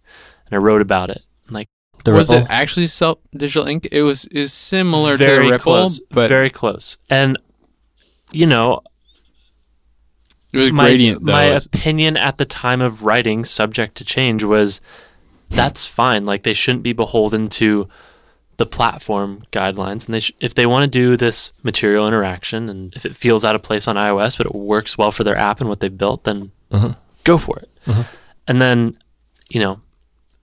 Speaker 3: and I wrote about it. Like
Speaker 2: The
Speaker 1: was
Speaker 2: ripple.
Speaker 1: it actually self digital ink? It was is similar to
Speaker 3: very
Speaker 1: Ripple,
Speaker 3: close,
Speaker 1: but
Speaker 3: very close. And you know,
Speaker 1: it was
Speaker 3: my,
Speaker 1: gradient though.
Speaker 3: my
Speaker 1: It's-
Speaker 3: opinion at the time of writing subject to change was that's fine like they shouldn't be beholden to the platform guidelines and they sh- if they want to do this material interaction and if it feels out of place on iOS but it works well for their app and what they've built then
Speaker 1: Uh-huh.
Speaker 3: go for it and then you know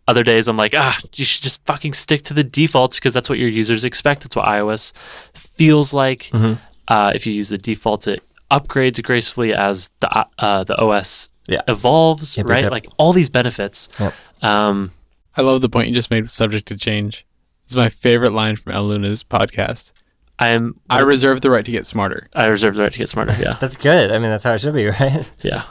Speaker 3: other days I'm like ah you should just fucking stick to the defaults because that's what your users expect that's what iOS feels like
Speaker 2: Mm-hmm.
Speaker 3: uh, if you use the defaults it upgrades gracefully as the uh, the OS
Speaker 2: Yeah.
Speaker 3: evolves
Speaker 2: Yep, yep,
Speaker 3: right
Speaker 2: yep.
Speaker 3: like all these benefits
Speaker 2: Yep.
Speaker 3: um,
Speaker 1: I love the point you just made with subject to change. It's my favorite line from El Luna's podcast.
Speaker 3: I am
Speaker 1: I reserve the right to get smarter.
Speaker 3: I reserve the right to get smarter yeah
Speaker 2: That's good. I mean, that's how it should be, right?
Speaker 3: yeah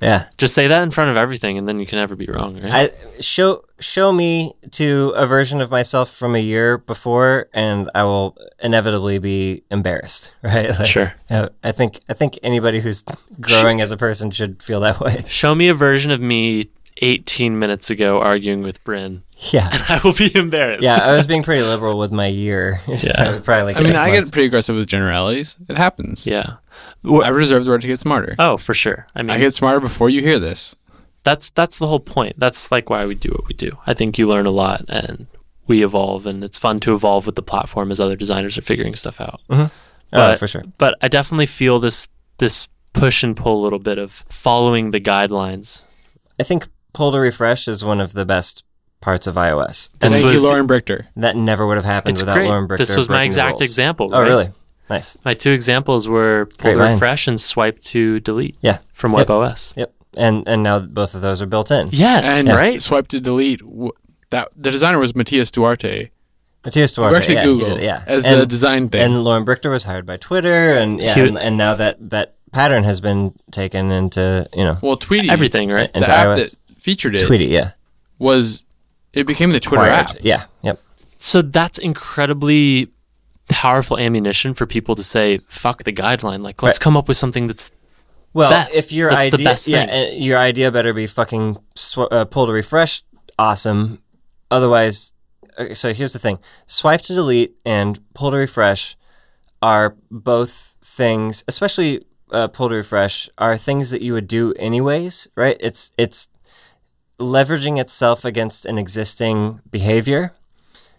Speaker 2: yeah.
Speaker 3: just say that in front of everything and then you can never be wrong right
Speaker 2: I show show me to a version of myself from a year before, and I will inevitably be embarrassed, right? Like,
Speaker 3: Sure.
Speaker 2: yeah, I think I think anybody who's growing as a person should feel that way.
Speaker 3: show me a version of me 18 minutes ago arguing with Bryn
Speaker 2: Yeah,
Speaker 3: I will be embarrassed
Speaker 2: yeah. I was being pretty liberal with my year. yeah, probably. Like
Speaker 1: I mean,
Speaker 2: six
Speaker 1: I
Speaker 2: months.
Speaker 1: get pretty aggressive with generalities. It happens.
Speaker 3: yeah
Speaker 1: I reserve the right to get smarter.
Speaker 3: oh for sure I mean
Speaker 1: I get smarter before you hear this.
Speaker 3: that's that's the whole point. That's like why we do what we do. I think you learn a lot and we evolve, and it's fun to evolve with the platform as other designers are figuring stuff out.
Speaker 2: oh,
Speaker 3: but-
Speaker 2: for sure.
Speaker 3: But I definitely feel this this push and pull a little bit of following the guidelines.
Speaker 2: I think pull to refresh is one of the best parts of iOS.
Speaker 3: This
Speaker 1: Thank you,
Speaker 3: was the-
Speaker 1: Lauren Brichter.
Speaker 2: That never would have happened
Speaker 3: It's
Speaker 2: without
Speaker 3: great.
Speaker 2: Lauren Brichter.
Speaker 3: This was my
Speaker 2: breaking the
Speaker 3: exact
Speaker 2: rules.
Speaker 3: example.
Speaker 2: Oh,
Speaker 3: right?
Speaker 2: really? Nice.
Speaker 3: My two examples were
Speaker 2: Great
Speaker 3: pull to
Speaker 2: minds.
Speaker 3: refresh and swipe to delete
Speaker 2: Yeah.
Speaker 3: from
Speaker 2: Yep.
Speaker 3: WebOS.
Speaker 2: Yep. And and now both of those are built in.
Speaker 3: Yes,
Speaker 1: And
Speaker 3: right.
Speaker 1: swipe to delete. W- That the designer was Matias Duarte.
Speaker 2: Matthias Duarte.
Speaker 1: We're actually
Speaker 2: yeah, he
Speaker 1: Google
Speaker 2: did it, yeah.
Speaker 1: as
Speaker 2: and,
Speaker 1: the design thing.
Speaker 2: And Lauren Brichter was hired by Twitter, and yeah,
Speaker 3: Cute.
Speaker 2: and, and now that that pattern has been taken into you know
Speaker 1: well, Tweety,
Speaker 3: Everything, right?
Speaker 1: the
Speaker 2: into
Speaker 1: app
Speaker 2: iOS.
Speaker 1: that featured it,
Speaker 2: Tweety, yeah,
Speaker 1: was it became the Twitter
Speaker 2: Wired.
Speaker 1: app.
Speaker 2: yeah, yep.
Speaker 3: So that's incredibly powerful ammunition for people to say, "Fuck the guideline." Like, let's
Speaker 2: Right.
Speaker 3: come up with something that's
Speaker 2: Well,
Speaker 3: Best.
Speaker 2: if your
Speaker 3: That's the
Speaker 2: idea,
Speaker 3: best
Speaker 2: yeah,
Speaker 3: thing.
Speaker 2: and your idea better be fucking sw- uh, pull to refresh, awesome. Otherwise, okay, so here's the thing: swipe to delete and pull to refresh are both things, especially uh, pull to refresh, are things that you would do anyways, right? It's it's leveraging itself against an existing behavior.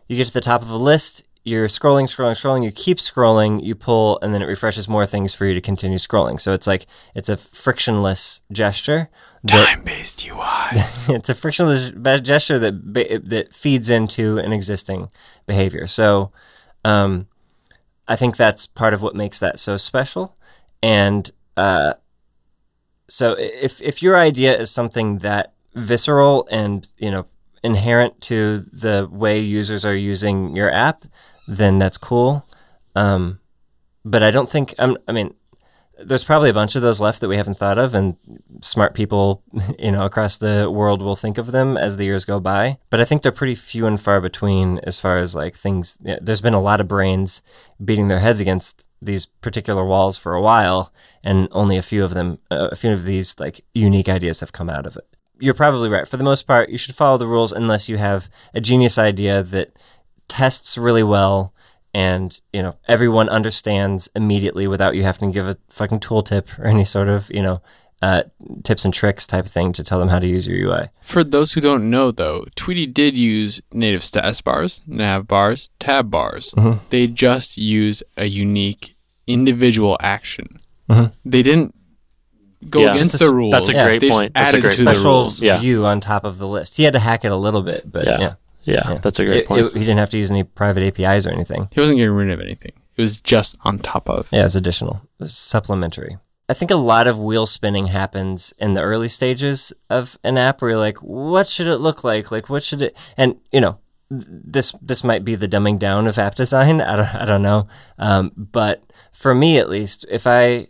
Speaker 2: You get to the top of a list, you're scrolling, scrolling, scrolling, you keep scrolling, you pull, and then it refreshes more things for you to continue scrolling. So it's like, it's a frictionless gesture. that-
Speaker 1: Time based UI.
Speaker 2: it's a frictionless be- gesture that ba- that feeds into an existing behavior. So, um, I think that's part of what makes that so special. And uh, so, i- if if your idea is something that visceral and you know inherent to the way users are using your app, then that's cool. Um, but I don't think I'm, I mean there's probably a bunch of those left that we haven't thought of, and smart people, you know, across the world will think of them as the years go by. But I think they're pretty few and far between as far as like things. yeah, there's been a lot of brains beating their heads against these particular walls for a while, and only a few of them, uh, a few of these like unique ideas have come out of it. You're probably right. For the most part, you should follow the rules unless you have a genius idea that tests really well and you know everyone understands immediately without you having to give a fucking tooltip or any sort of you know uh, tips and tricks type of thing to tell them how to use your UI.
Speaker 1: For those who don't know, though, Tweety did use native status bars, nav bars, tab bars.
Speaker 2: Mm-hmm.
Speaker 1: They just used a unique individual action. They didn't go
Speaker 3: Yeah.
Speaker 1: against
Speaker 3: That's a-
Speaker 1: the rules.
Speaker 3: that's a
Speaker 1: They
Speaker 3: great
Speaker 1: just
Speaker 3: point. That's a
Speaker 1: added
Speaker 3: great
Speaker 1: to
Speaker 3: point.
Speaker 1: the
Speaker 2: Special
Speaker 1: rules.
Speaker 3: Yeah.
Speaker 2: view on top of the list. He had to hack it a little bit, but yeah,
Speaker 3: Yeah. Yeah, that's a great
Speaker 2: It-
Speaker 3: point.
Speaker 2: it- he didn't have to use any private APIs or anything.
Speaker 1: He wasn't getting rid of anything. It was just on top of.
Speaker 2: Yeah, it's additional, it was supplementary. I think a lot of wheel spinning happens in the early stages of an app where you're like, what should it look like? Like, what should it? And you know, th- this this might be the dumbing down of app design. I don't, I don't know. Um, but for me, at least, if I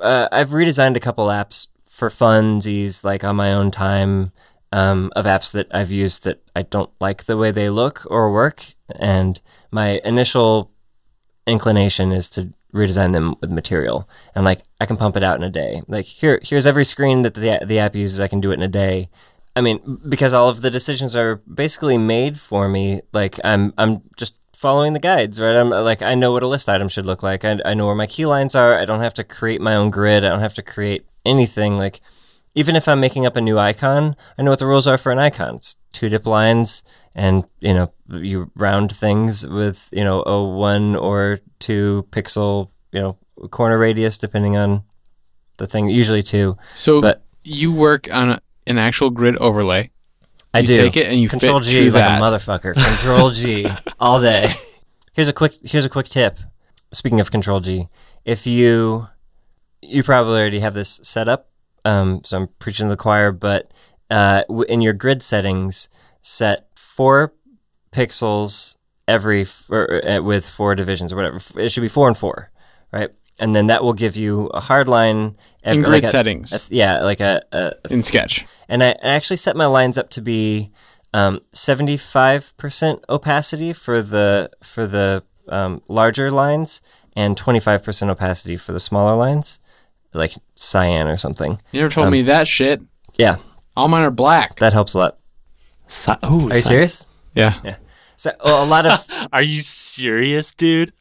Speaker 2: uh, I've redesigned a couple apps for funsies, like on my own time, um, of apps that I've used that I don't like the way they look or work. And my initial inclination is to redesign them with material. And like, I can pump it out in a day. Like, here, here's every screen that the, the app uses. I can do it in a day. I mean, because all of the decisions are basically made for me. Like, I'm, I'm just following the guides, right? I'm like, I know what a list item should look like. I, I know where my key lines are. I don't have to create my own grid. I don't have to create anything. Like, even if I'm making up a new icon, I know what the rules are for an icon. It's two dip lines, and you know you round things with you know a one or two pixel you know corner radius depending on the thing. Usually two.
Speaker 1: So
Speaker 2: But-
Speaker 1: you work on a, an actual grid overlay.
Speaker 2: I
Speaker 1: You
Speaker 2: do
Speaker 1: take it and you
Speaker 2: control
Speaker 1: fit
Speaker 2: G
Speaker 1: to
Speaker 2: like
Speaker 1: that.
Speaker 2: a motherfucker. Control G all day. Here's a quick here's a quick tip. Speaking of control G, if you you probably already have this set up, um, so I'm preaching to the choir. But uh, w- in your grid settings, set four pixels every f- or, uh, with four divisions or whatever. F- It should be four and four, right? And then that will give you a hard line ev-
Speaker 1: In grid
Speaker 2: like a-
Speaker 1: settings.
Speaker 2: a th- yeah, like a, a
Speaker 1: in Sketch.
Speaker 2: and I I actually set my lines up to be um, 75% opacity for the for the um, larger lines and 25% opacity for the smaller lines, like cyan or something.
Speaker 1: You never told me that shit.
Speaker 2: Yeah,
Speaker 1: All mine are black.
Speaker 2: Um, that helps a lot.
Speaker 3: Si- ooh,
Speaker 2: Are you
Speaker 3: si-
Speaker 2: serious?
Speaker 1: Yeah.
Speaker 2: So well, a lot of
Speaker 3: Are you serious, dude?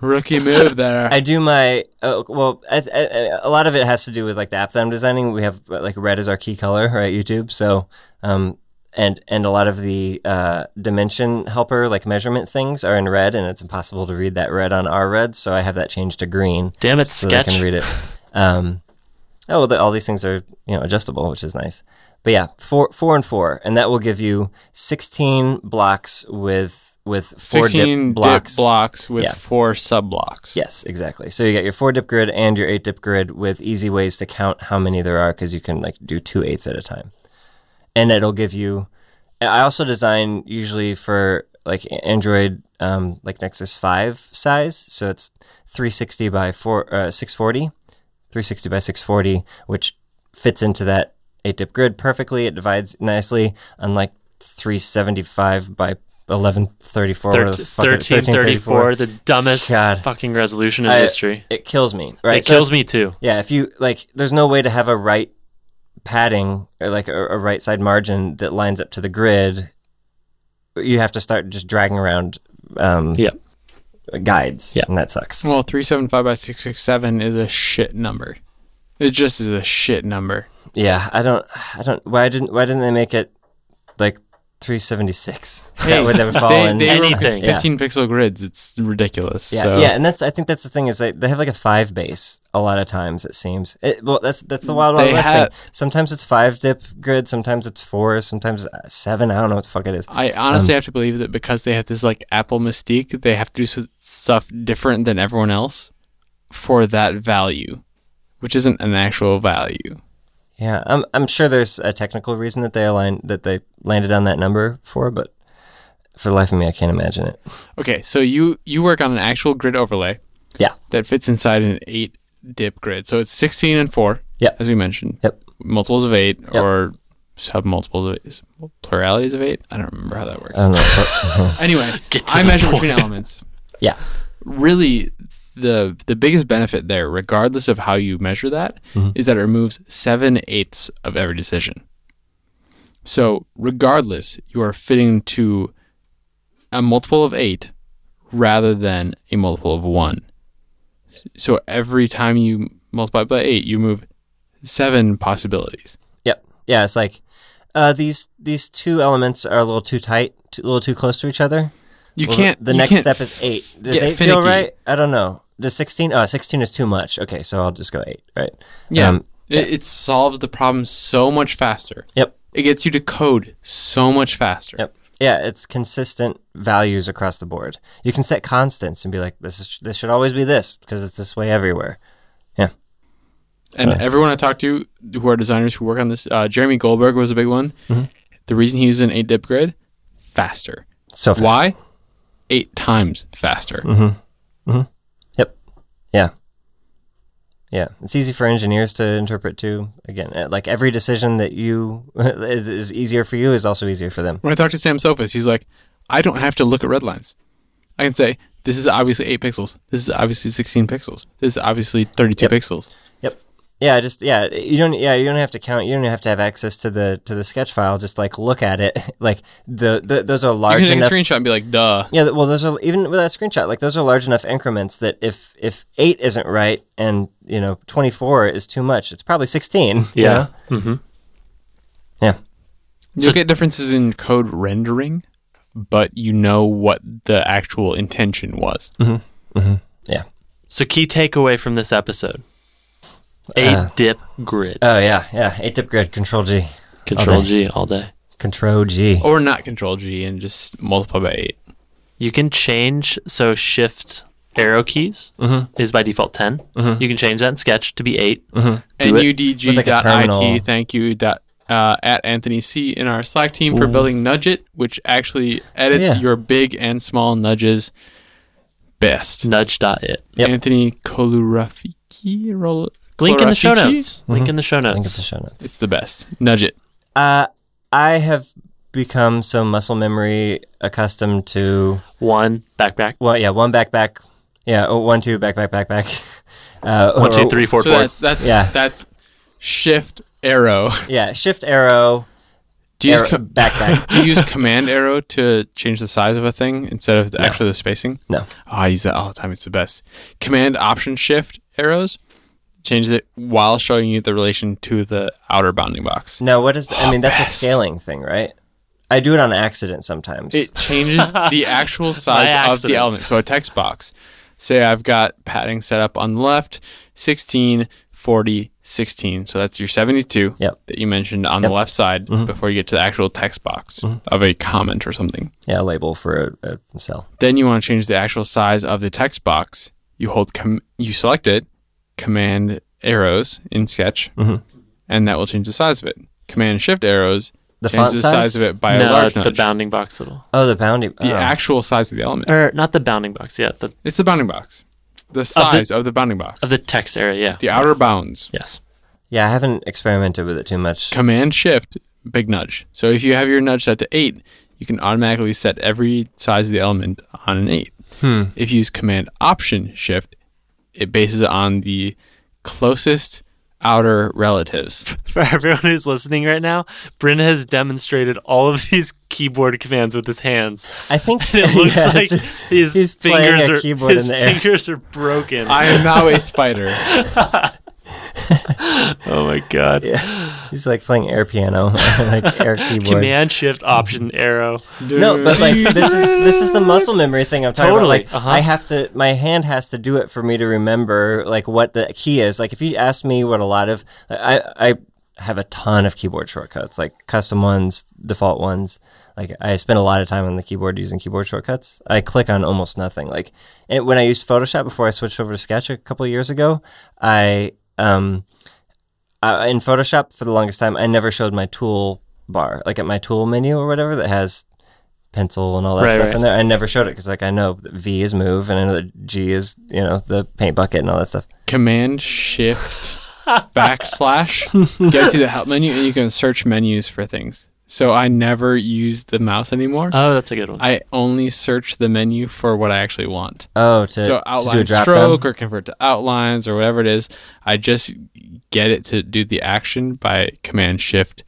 Speaker 1: Rookie move there.
Speaker 2: I do my uh, well. I, I, a lot of it has to do with like the app that I'm designing. We have uh, like red is our key color, right? YouTube. So, um, and and a lot of the uh, dimension helper like measurement things are in red, and it's impossible to read that red on our red. So I have that changed to green
Speaker 3: Damn it,
Speaker 2: so that I
Speaker 3: sketch.
Speaker 2: can read it. Um, oh, the, all these things are you know adjustable, which is nice. But yeah, four four and four, and that will give you 16 blocks with with four dip
Speaker 1: 16 dip blocks,
Speaker 2: blocks.
Speaker 1: with
Speaker 2: Yeah.
Speaker 1: four sub blocks.
Speaker 2: Yes, exactly. So you got your four dip grid and your eight dip grid with easy ways to count how many there are because you can like do two eights at a time, and it'll give you. I also design usually for like Android, um, like Nexus Five size, so it's 360 by four, uh, 640, 360 by 640, which fits into that eight dip grid perfectly. It divides nicely, unlike 375 by 1134. whatever the fuck it-
Speaker 3: 1334, the dumbest
Speaker 2: God.
Speaker 3: fucking resolution in
Speaker 2: I-
Speaker 3: history.
Speaker 2: It kills me. Right,
Speaker 3: it kills me too.
Speaker 2: Yeah, if you like, there's no way to have a right padding or like a, a right side margin that lines up to the grid. You have to start just dragging around um,
Speaker 3: Yeah.
Speaker 2: guides,
Speaker 3: Yeah.
Speaker 2: and that sucks.
Speaker 1: Well, 375 by 667 is a shit number. It just is a shit number.
Speaker 2: Yeah, I don't, I don't. Why didn't Why didn't they make it like 376? that would never fall
Speaker 1: They,
Speaker 2: in.
Speaker 1: they wrote
Speaker 3: Anything.
Speaker 1: 15 pixel grids. It's ridiculous.
Speaker 2: yeah,
Speaker 1: so.
Speaker 2: yeah, and that's I think that's the thing is they, they have like a five base a lot of times it seems. It, well, that's that's the wild wild
Speaker 1: They
Speaker 2: west
Speaker 1: have-
Speaker 2: thing. Sometimes it's five dip grid, sometimes it's four, sometimes uh, seven. I don't know what the fuck it is.
Speaker 1: I
Speaker 3: Um,
Speaker 1: honestly have to believe that because they have this like Apple mystique, they have to do s- stuff different than everyone else for that value, which isn't an actual value.
Speaker 2: Yeah, I'm I'm sure there's a technical reason that they aligned that they landed on that number for, but for the life of me, I can't imagine it.
Speaker 1: Okay, so you you work on an actual grid overlay
Speaker 2: Yeah,
Speaker 1: that fits inside an eight dip grid. So it's 16 and four,
Speaker 2: Yep.
Speaker 1: as we mentioned.
Speaker 2: Yep.
Speaker 1: Multiples of eight or sub multiples of eight, pluralities of eight. I don't remember how that works.
Speaker 2: I don't know.
Speaker 1: anyway,
Speaker 3: Get to
Speaker 1: I
Speaker 3: the
Speaker 1: measure
Speaker 3: point.
Speaker 1: between elements.
Speaker 2: yeah,
Speaker 1: really the the biggest benefit there, regardless of how you measure that, is
Speaker 2: Mm-hmm.
Speaker 1: that it removes seven eighths of every decision. So regardless, you are fitting to a multiple of eight rather than a multiple of one. So every time you multiply by eight, you move seven possibilities.
Speaker 2: yep, yeah. It's like uh, these these two elements are a little too tight, too, a little too close to each other.
Speaker 1: You
Speaker 2: Well,
Speaker 1: can't.
Speaker 2: The
Speaker 1: you
Speaker 2: next
Speaker 1: can't
Speaker 2: step is eight. Does
Speaker 1: get
Speaker 2: eight feel
Speaker 1: finicky.
Speaker 2: right? I don't know. Does 16? Oh, 16 is too much. Okay, so I'll just go eight. Right.
Speaker 1: Yeah,
Speaker 2: Um,
Speaker 1: it, it solves the problem so much faster.
Speaker 2: yep.
Speaker 1: It gets you to code so much faster.
Speaker 2: Yep. Yeah, it's consistent values across the board. You can set constants and be like, this is this should always be this because it's this way everywhere.
Speaker 1: And everyone I talked to who are designers who work on this, uh, Jeremy Goldberg was a big one.
Speaker 2: Mm-hmm.
Speaker 1: The reason he was an eight dip grid, faster.
Speaker 2: So fast. Mm-hmm.
Speaker 1: Why? Eight times faster.
Speaker 2: Yep. Yeah. Yeah. It's easy for engineers to interpret too. Again, uh, like every decision that you is, is easier for you is also easier for them.
Speaker 1: When I talked to Sam Sophus, he's like, I don't have to look at red lines. I can say, this is obviously eight pixels. This is obviously 16 pixels. This is obviously 32 pixels.
Speaker 2: Yep. Yeah, just yeah, you don't yeah, you don't have to count. You don't have to have access to the to the sketch file. Just like look at it. Like the, the those are
Speaker 1: You
Speaker 2: large
Speaker 1: can take
Speaker 2: enough
Speaker 1: a screenshot and be like, duh.
Speaker 2: Yeah, th- well, those are even with that screenshot. Like those are large enough increments that if if eight isn't right and you know twenty four is too much, it's probably sixteen. you
Speaker 3: Yeah. Mm-hmm.
Speaker 2: know? yeah,
Speaker 1: You'll get differences in code rendering, but you know what the actual intention was.
Speaker 2: yeah.
Speaker 3: So key takeaway from this episode.
Speaker 2: Uh,
Speaker 3: Eight dip grid.
Speaker 2: Oh yeah, yeah. Eight dip grid control G,
Speaker 3: Control
Speaker 2: all day.
Speaker 3: G all day.
Speaker 2: control G.
Speaker 1: Or not control G and just multiply by eight.
Speaker 3: You can change so shift arrow keys
Speaker 2: Mm-hmm.
Speaker 3: is by default 10 You can change that in Sketch to be 8 Do it.
Speaker 1: NUDG.IT.
Speaker 2: With like a terminal.
Speaker 1: Thank you. Dot, uh, at Anthony C in our Slack team for building Nudget, which actually edits
Speaker 2: Yeah.
Speaker 1: your big and small nudges best.
Speaker 3: Nudge dot it.
Speaker 2: Yep.
Speaker 1: Anthony Kolurafiki. Rol-
Speaker 3: Link in the show
Speaker 1: Kolurafici?
Speaker 3: notes. Link in the show
Speaker 2: Link at the
Speaker 3: notes.
Speaker 2: show notes.
Speaker 1: It's the best. Nudget.
Speaker 2: Uh, I have become so muscle memory accustomed to
Speaker 3: One back back.
Speaker 2: well, yeah, one back back, yeah, oh, one two back back back back. Uh,
Speaker 3: One
Speaker 2: or-
Speaker 3: two three four
Speaker 1: So
Speaker 3: four.
Speaker 1: that's that's
Speaker 2: Yeah.
Speaker 1: that's shift arrow.
Speaker 2: Yeah, shift arrow,
Speaker 1: Do you use
Speaker 2: arrow-
Speaker 1: co-
Speaker 2: back back.
Speaker 1: do you use command arrow to change the size of a thing instead of the, actually the spacing?
Speaker 2: No.
Speaker 1: Oh, I use that all the time. It's the best. Command option shift arrows changes it while showing you the relation to the outer bounding box.
Speaker 2: No, what is? I mean, that's
Speaker 1: best.
Speaker 2: a scaling thing, right? I do it on accident sometimes.
Speaker 1: It changes the actual size of the
Speaker 3: accidents.
Speaker 1: element. So a text box. Say I've got padding set up on the left, 16, 40, 16. So that's your 72
Speaker 2: Yep. Mm-hmm.
Speaker 1: that you mentioned on the left side before you get to the actual text box of a comment or something.
Speaker 2: yeah, a label for a, a cell.
Speaker 1: Then you want to change the actual size of the text box. You hold com- you select it, command arrows in Sketch,
Speaker 2: Mm-hmm.
Speaker 1: and that will change the size of it. Command shift arrows
Speaker 2: The
Speaker 1: changes the
Speaker 2: font size?
Speaker 1: size of it by a
Speaker 3: no,
Speaker 1: large
Speaker 3: the
Speaker 1: nudge.
Speaker 3: bounding box it'll.
Speaker 2: Oh, the bounding.
Speaker 1: the
Speaker 2: oh.
Speaker 1: actual size of the element.
Speaker 3: Or not the bounding box, yeah, the
Speaker 1: It's the bounding box. The size of the, bounding box.
Speaker 3: of the text area, yeah.
Speaker 1: the outer bounds.
Speaker 3: yes.
Speaker 2: yeah, I haven't experimented with it too much.
Speaker 1: Command shift big nudge. So if you have your nudge set to 8, you can automatically set every size of the element on an 8. If you use command option shift, it bases it on the closest outer relatives.
Speaker 3: For everyone who's listening right now, Bryn has demonstrated all of these keyboard commands with his hands.
Speaker 2: I think
Speaker 3: It looks
Speaker 2: yeah,
Speaker 3: like
Speaker 2: it's-
Speaker 3: his
Speaker 2: he's playing
Speaker 3: fingers
Speaker 2: a
Speaker 3: are
Speaker 2: keyboard
Speaker 3: his
Speaker 2: in the air.
Speaker 3: fingers are broken.
Speaker 1: I am now a spider.
Speaker 3: oh my god.
Speaker 2: he's like playing air piano, like air keyboard.
Speaker 3: Command shift option arrow.
Speaker 2: No, but like this is this is the muscle memory thing I'm talking
Speaker 3: Totally,
Speaker 2: about. Like
Speaker 3: uh-huh.
Speaker 2: I have to, my hand has to do it for me to remember like what the key is. Like if you ask me what a lot of I I have a ton of keyboard shortcuts, like custom ones, default ones. Like I spend a lot of time on the keyboard using keyboard shortcuts. I click on almost nothing. Like and when I used Photoshop before I switched over to Sketch a couple of years ago, I um uh, in Photoshop for the longest time, I never showed my tool bar, like at my tool menu or whatever that has pencil and all that
Speaker 3: Right,
Speaker 2: stuff
Speaker 3: right.
Speaker 2: in there. I never showed it because, like, I know that V is move and I know that G is, you know, the paint bucket and all that stuff.
Speaker 1: command shift backslash gets you the help menu and you can search menus for things. So I never use the mouse anymore.
Speaker 3: Oh, that's a good one.
Speaker 1: I only search the menu for what I actually want.
Speaker 2: Oh, to,
Speaker 1: so
Speaker 2: to do a
Speaker 1: outline
Speaker 2: drop
Speaker 1: stroke
Speaker 2: down.
Speaker 1: or convert to outlines or whatever it is. I just get it to do the action by command shift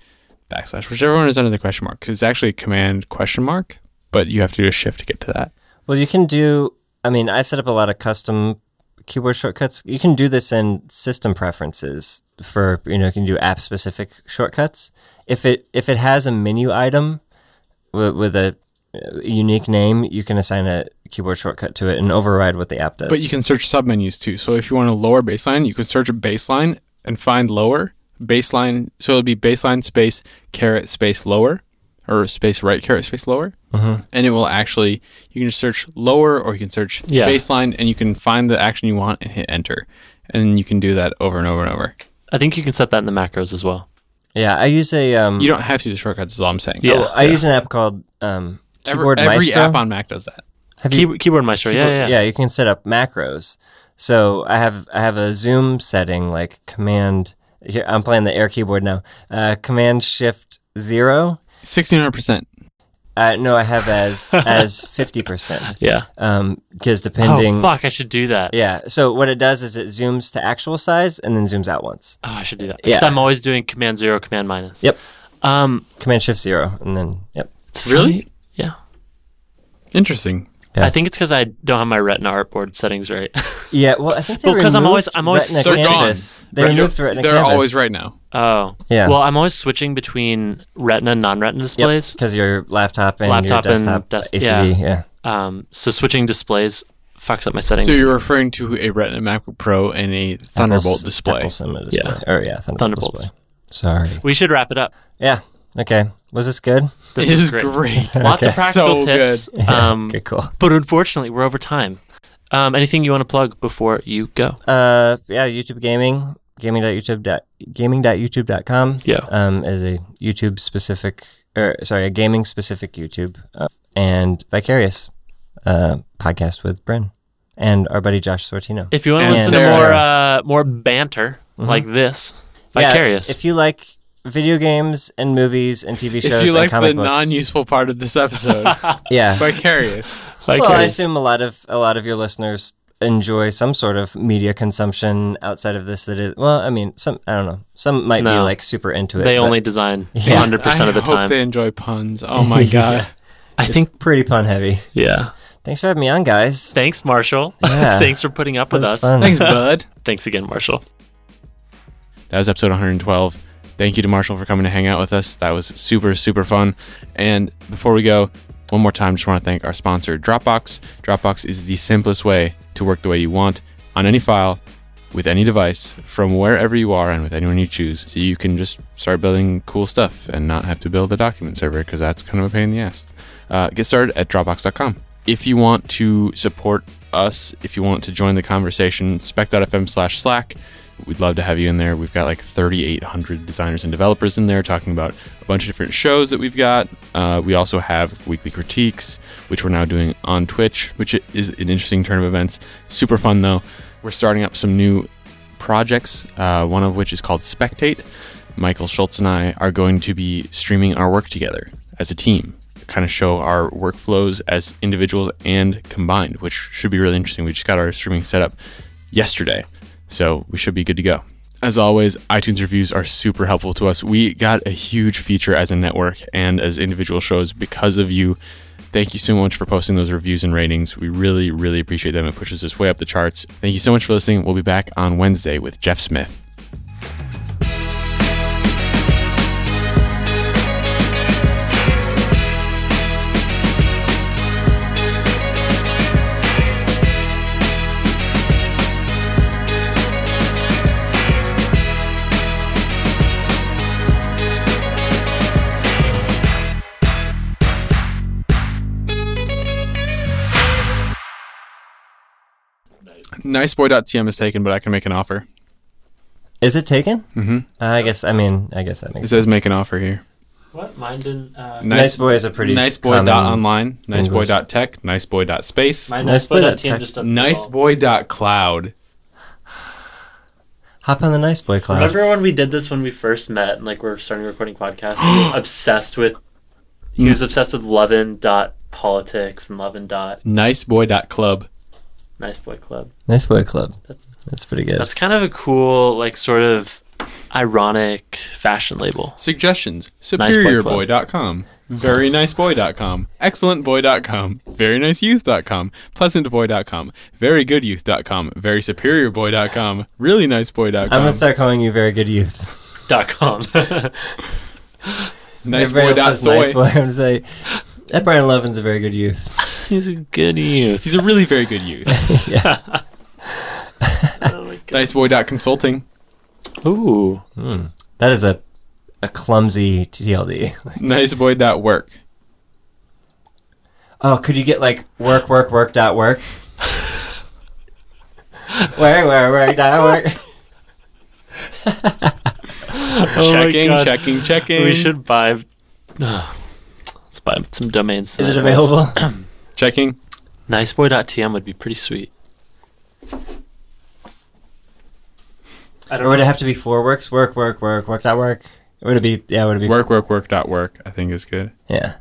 Speaker 1: backslash, whichever one is under the question mark, because it's actually command question mark, but you have to do a shift to get to that.
Speaker 2: Well, you can do, I mean, I set up a lot of custom keyboard shortcuts. You can do this in system preferences for, you know, you can do app specific shortcuts. If it, if it has a menu item with, with a uh, unique name, you can assign a keyboard shortcut to it and override what the app does.
Speaker 1: But you can search submenus too. So if you want a lower baseline, you can search a baseline and find lower baseline. So it'll be baseline space carrot space lower or space right carrot space lower.
Speaker 3: Uh-huh.
Speaker 1: And it will actually, you can just search lower or you can search
Speaker 3: Yeah.
Speaker 1: baseline and you can find the action you want and hit enter. And you can do that over and over and over.
Speaker 3: I think you can set that in the macros as well.
Speaker 2: Yeah, I use a um,
Speaker 1: You don't have to do the shortcuts. Is all I'm saying.
Speaker 3: Yeah.
Speaker 2: oh, I use an app called um,
Speaker 1: Every-
Speaker 2: Keyboard
Speaker 1: every
Speaker 2: Maestro.
Speaker 1: app on Mac does that.
Speaker 2: Have you-
Speaker 3: Key, keyboard Maestro. Yeah, yeah, yeah.
Speaker 2: you can set up macros. So I have I have a zoom setting like command here I'm playing the air keyboard now. Uh, command shift 0.
Speaker 1: Sixteen hundred percent.
Speaker 2: Uh, no, I have as as 50%.
Speaker 3: Yeah.
Speaker 2: Um cuz depending
Speaker 3: Oh fuck! I should do that.
Speaker 2: Yeah. So what it does is it zooms to actual size and then zooms out once.
Speaker 3: Oh, I should do that.
Speaker 2: Yeah.
Speaker 3: Because I'm always doing Command Zero, Command Minus.
Speaker 2: Yep.
Speaker 3: Um.
Speaker 2: Command shift 0 and then yep.
Speaker 3: It's
Speaker 1: Really?
Speaker 3: funny- Yeah.
Speaker 1: Interesting.
Speaker 2: Yeah.
Speaker 3: I think it's because I don't have my Retina artboard settings right.
Speaker 2: Yeah, well, I think they
Speaker 3: Well, 'cause I'm always-
Speaker 2: removed
Speaker 3: I'm always
Speaker 2: Retina
Speaker 3: so
Speaker 1: They're gone.
Speaker 2: Canvas. They
Speaker 1: Right, you
Speaker 2: removed
Speaker 1: don't-
Speaker 2: Retina
Speaker 1: They're
Speaker 2: Canvas.
Speaker 1: always right now.
Speaker 3: oh.
Speaker 2: Yeah.
Speaker 3: Well, I'm always switching between Retina and non-Retina displays.
Speaker 2: because your laptop and
Speaker 3: Laptop
Speaker 2: your
Speaker 3: and
Speaker 2: desktop
Speaker 3: des-
Speaker 2: ACD, yeah.
Speaker 3: Um. So switching displays fucks up my settings.
Speaker 1: So you're referring to a Retina MacBook Pro and a Thunderbolt
Speaker 2: Apple's-
Speaker 1: display.
Speaker 2: Apple's cinema display.
Speaker 3: Yeah.
Speaker 2: Or yeah, Thunderbolt
Speaker 3: Thunderbolts.
Speaker 2: display. Sorry.
Speaker 3: we should wrap it up.
Speaker 2: Yeah. Okay. Was this good?
Speaker 3: This
Speaker 1: It
Speaker 3: is
Speaker 1: is
Speaker 3: great.
Speaker 1: great.
Speaker 3: Lots of
Speaker 1: Okay.
Speaker 3: practical
Speaker 1: So
Speaker 3: tips. Um.
Speaker 2: okay, cool.
Speaker 3: But unfortunately, we're over time. Um, anything you want to plug before you go?
Speaker 2: Uh, yeah, YouTube gaming, gaming.youtube. gaming.youtube.com.
Speaker 3: Yeah.
Speaker 2: Um, is a YouTube specific, or sorry, a gaming specific YouTube, uh, and Vicarious, uh, podcast with Bryn and our buddy Josh Sortino.
Speaker 3: If you want to
Speaker 1: And
Speaker 3: listen to
Speaker 1: Sarah.
Speaker 3: more uh, more banter like this,
Speaker 2: Mm-hmm. Yeah,
Speaker 3: vicarious.
Speaker 2: if you like video games and movies and TV shows
Speaker 1: If you
Speaker 2: and
Speaker 1: like
Speaker 2: comic
Speaker 1: the
Speaker 2: books,
Speaker 1: non-useful part of this episode,
Speaker 2: yeah,
Speaker 1: vicarious.
Speaker 2: Well, I
Speaker 3: vicarious.
Speaker 2: assume a lot of a lot of your listeners enjoy some sort of media consumption outside of this. That is, well, I mean, some I don't know. Some might be
Speaker 3: No.
Speaker 2: like super into it.
Speaker 3: they
Speaker 2: but
Speaker 3: only design
Speaker 2: Yeah.
Speaker 3: 100 percent of the
Speaker 1: I hope
Speaker 3: time.
Speaker 1: they enjoy puns. Oh my god.
Speaker 3: I
Speaker 2: it's
Speaker 3: think.
Speaker 2: pretty pun heavy.
Speaker 3: Yeah.
Speaker 2: Thanks for having me on, guys.
Speaker 3: Thanks, Marshall.
Speaker 2: Yeah.
Speaker 3: Thanks for putting up with
Speaker 2: That
Speaker 3: us.
Speaker 2: was fun.
Speaker 1: Thanks, bud.
Speaker 3: Thanks again, Marshall.
Speaker 1: That was episode 112. Thank you to Marshall for coming to hang out with us. That was super, super fun. And before we go, one more time, just want to thank our sponsor, Dropbox. Dropbox is the simplest way to work the way you want on any file, with any device, from wherever you are, and with anyone you choose. So you can just start building cool stuff and not have to build a document server because that's kind of a pain in the ass. Uh, get started at Dropbox.com. If you want to support us, if you want to join the conversation, spec.fm slash slack. We'd love to have you in there. We've got like 3,800 designers and developers in there talking about a bunch of different shows that we've got. Uh, we also have weekly critiques, which we're now doing on Twitch, which is an interesting turn of events. Super fun, though. We're starting up some new projects, uh, one of which is called Spectate. Michael Schultz and I are going to be streaming our work together as a team, kind of show our workflows as individuals and combined, which should be really interesting. We just got our streaming set up yesterday, so we should be good to go. As always, iTunes reviews are super helpful to us. We got a huge feature as a network and as individual shows because of you. Thank you so much for posting those reviews and ratings. We really, really appreciate them. It pushes us way up the charts. Thank you so much for listening. We'll be back on Wednesday with Jeff Smith. Niceboy.tm is taken, but I can make an offer.
Speaker 2: Is it taken? Mm-hmm. Uh, I guess. I mean, I guess that
Speaker 1: It
Speaker 2: makes
Speaker 1: says make an offer here.
Speaker 3: What? Mine didn't. Uh,
Speaker 2: nice, boy is a pretty common-
Speaker 1: Niceboy.online,
Speaker 2: English.
Speaker 1: niceboy.tech, niceboy.space,
Speaker 3: mine
Speaker 2: Nice split up, Tim, just
Speaker 1: niceboy.cloud.
Speaker 2: Hop on the nice boy cloud.
Speaker 3: Remember when we did this when we first met and like we're starting recording podcasts? and we were obsessed with. He was obsessed with Levin dot politics and Levin dot
Speaker 1: Niceboy.club.
Speaker 3: nice boy club.
Speaker 2: Nice boy club. That's pretty good.
Speaker 3: That's kind of a cool, like, sort of ironic fashion label.
Speaker 1: Suggestions.
Speaker 3: Niceboy Club.
Speaker 1: Superiorboy.com. Very niceboy.com. Excellentboy.com. Very niceyouth.com. Pleasantboy.com. Very goodyouth.com. Very superiorboy.com. Really
Speaker 2: I'm gonna
Speaker 1: niceboy.com.
Speaker 2: start calling you very good youth.
Speaker 3: Dot com.
Speaker 2: Everybody else says nice
Speaker 1: Niceboy.soy.
Speaker 2: boy. I'm gonna say that Brian Levin's a very good youth.
Speaker 3: He's a good youth.
Speaker 1: He's a really very good youth.
Speaker 3: Oh my God.
Speaker 1: Niceboy.consulting.
Speaker 3: Ooh.
Speaker 2: That is a a clumsy TLD.
Speaker 1: Niceboy.work.
Speaker 2: Oh, could you get like work, work, work, dot work? work, work, work, dot work.
Speaker 3: Oh my
Speaker 1: checking,
Speaker 3: God.
Speaker 1: checking, checking.
Speaker 3: We should buy. Ugh. let's buy some domains.
Speaker 2: Is it
Speaker 3: tonight, guys.
Speaker 2: available?
Speaker 1: checking.
Speaker 3: Niceboy.tm would be pretty sweet. I
Speaker 2: or would it have to be four works? Work, work, work, work, not work? Would it be, yeah, would it be,
Speaker 1: Work, work, work. Dot work. I think is good.
Speaker 2: yeah.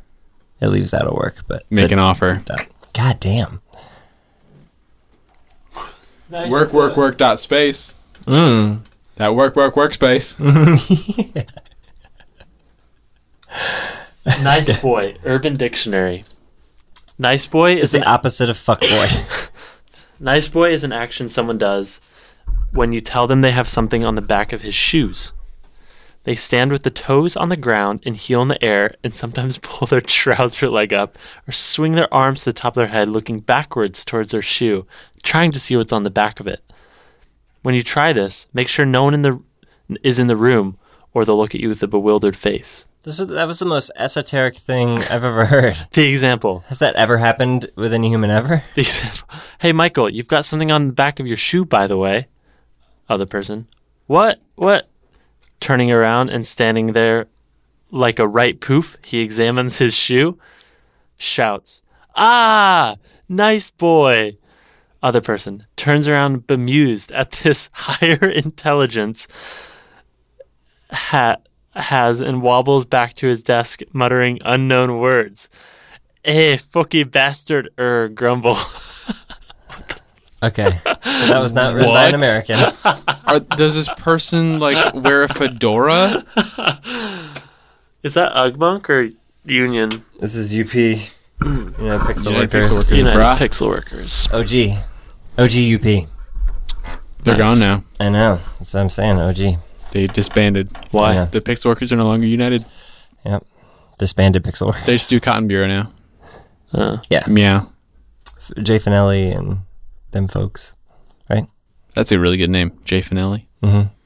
Speaker 2: It leaves out a work, but.
Speaker 1: Make an
Speaker 2: but,
Speaker 1: offer.
Speaker 2: God damn.
Speaker 1: Work, work, work. Dot space.
Speaker 2: Mm.
Speaker 1: That work, work, workspace.
Speaker 3: Nice boy. Urban Dictionary. Nice boy
Speaker 2: It's
Speaker 3: is
Speaker 2: the
Speaker 3: an
Speaker 2: opposite of fuckboy.
Speaker 3: nice boy is an action someone does when you tell them they have something on the back of his shoes. They stand with the toes on the ground and heel in the air and sometimes pull their trouser leg up or swing their arms to the top of their head looking backwards towards their shoe, trying to see what's on the back of it. When you try this, make sure no one in the is in the room or they'll look at you with a bewildered face.
Speaker 2: this is, that was the most esoteric thing I've ever heard.
Speaker 3: The example.
Speaker 2: Has that ever happened with any human ever?
Speaker 3: The example. Hey, Michael, you've got something on the back of your shoe, by the way. Other person. What? What? Turning around and standing there like a right poof, he examines his shoe, shouts, Ah, nice boy. Other person turns around bemused at this higher intelligence ha- has and wobbles back to his desk, muttering unknown words. Eh, fucky bastard, er, grumble.
Speaker 2: Okay. So that was not written by an
Speaker 1: What?
Speaker 2: American.
Speaker 1: Are, does this person like wear a fedora?
Speaker 3: Is that Ugbunk or Union?
Speaker 2: This is UP, United Pixel
Speaker 1: United
Speaker 2: Workers.
Speaker 1: Pixel Workers.
Speaker 3: United
Speaker 1: bruh.
Speaker 3: Pixel Workers.
Speaker 2: OG. OG UP.
Speaker 1: They're
Speaker 3: Nice.
Speaker 1: gone now.
Speaker 2: I know. That's what I'm saying. OG.
Speaker 1: They disbanded.
Speaker 3: Why?
Speaker 2: Yeah.
Speaker 1: The Pixel Workers are no longer united.
Speaker 2: Yep. Disbanded Pixel Workers.
Speaker 1: They just do Cotton Bureau now.
Speaker 3: Uh,
Speaker 1: Meow.
Speaker 2: Jay Finelli and them folks.
Speaker 1: That's a really good name, Jay Finelli.
Speaker 2: Mm-hmm.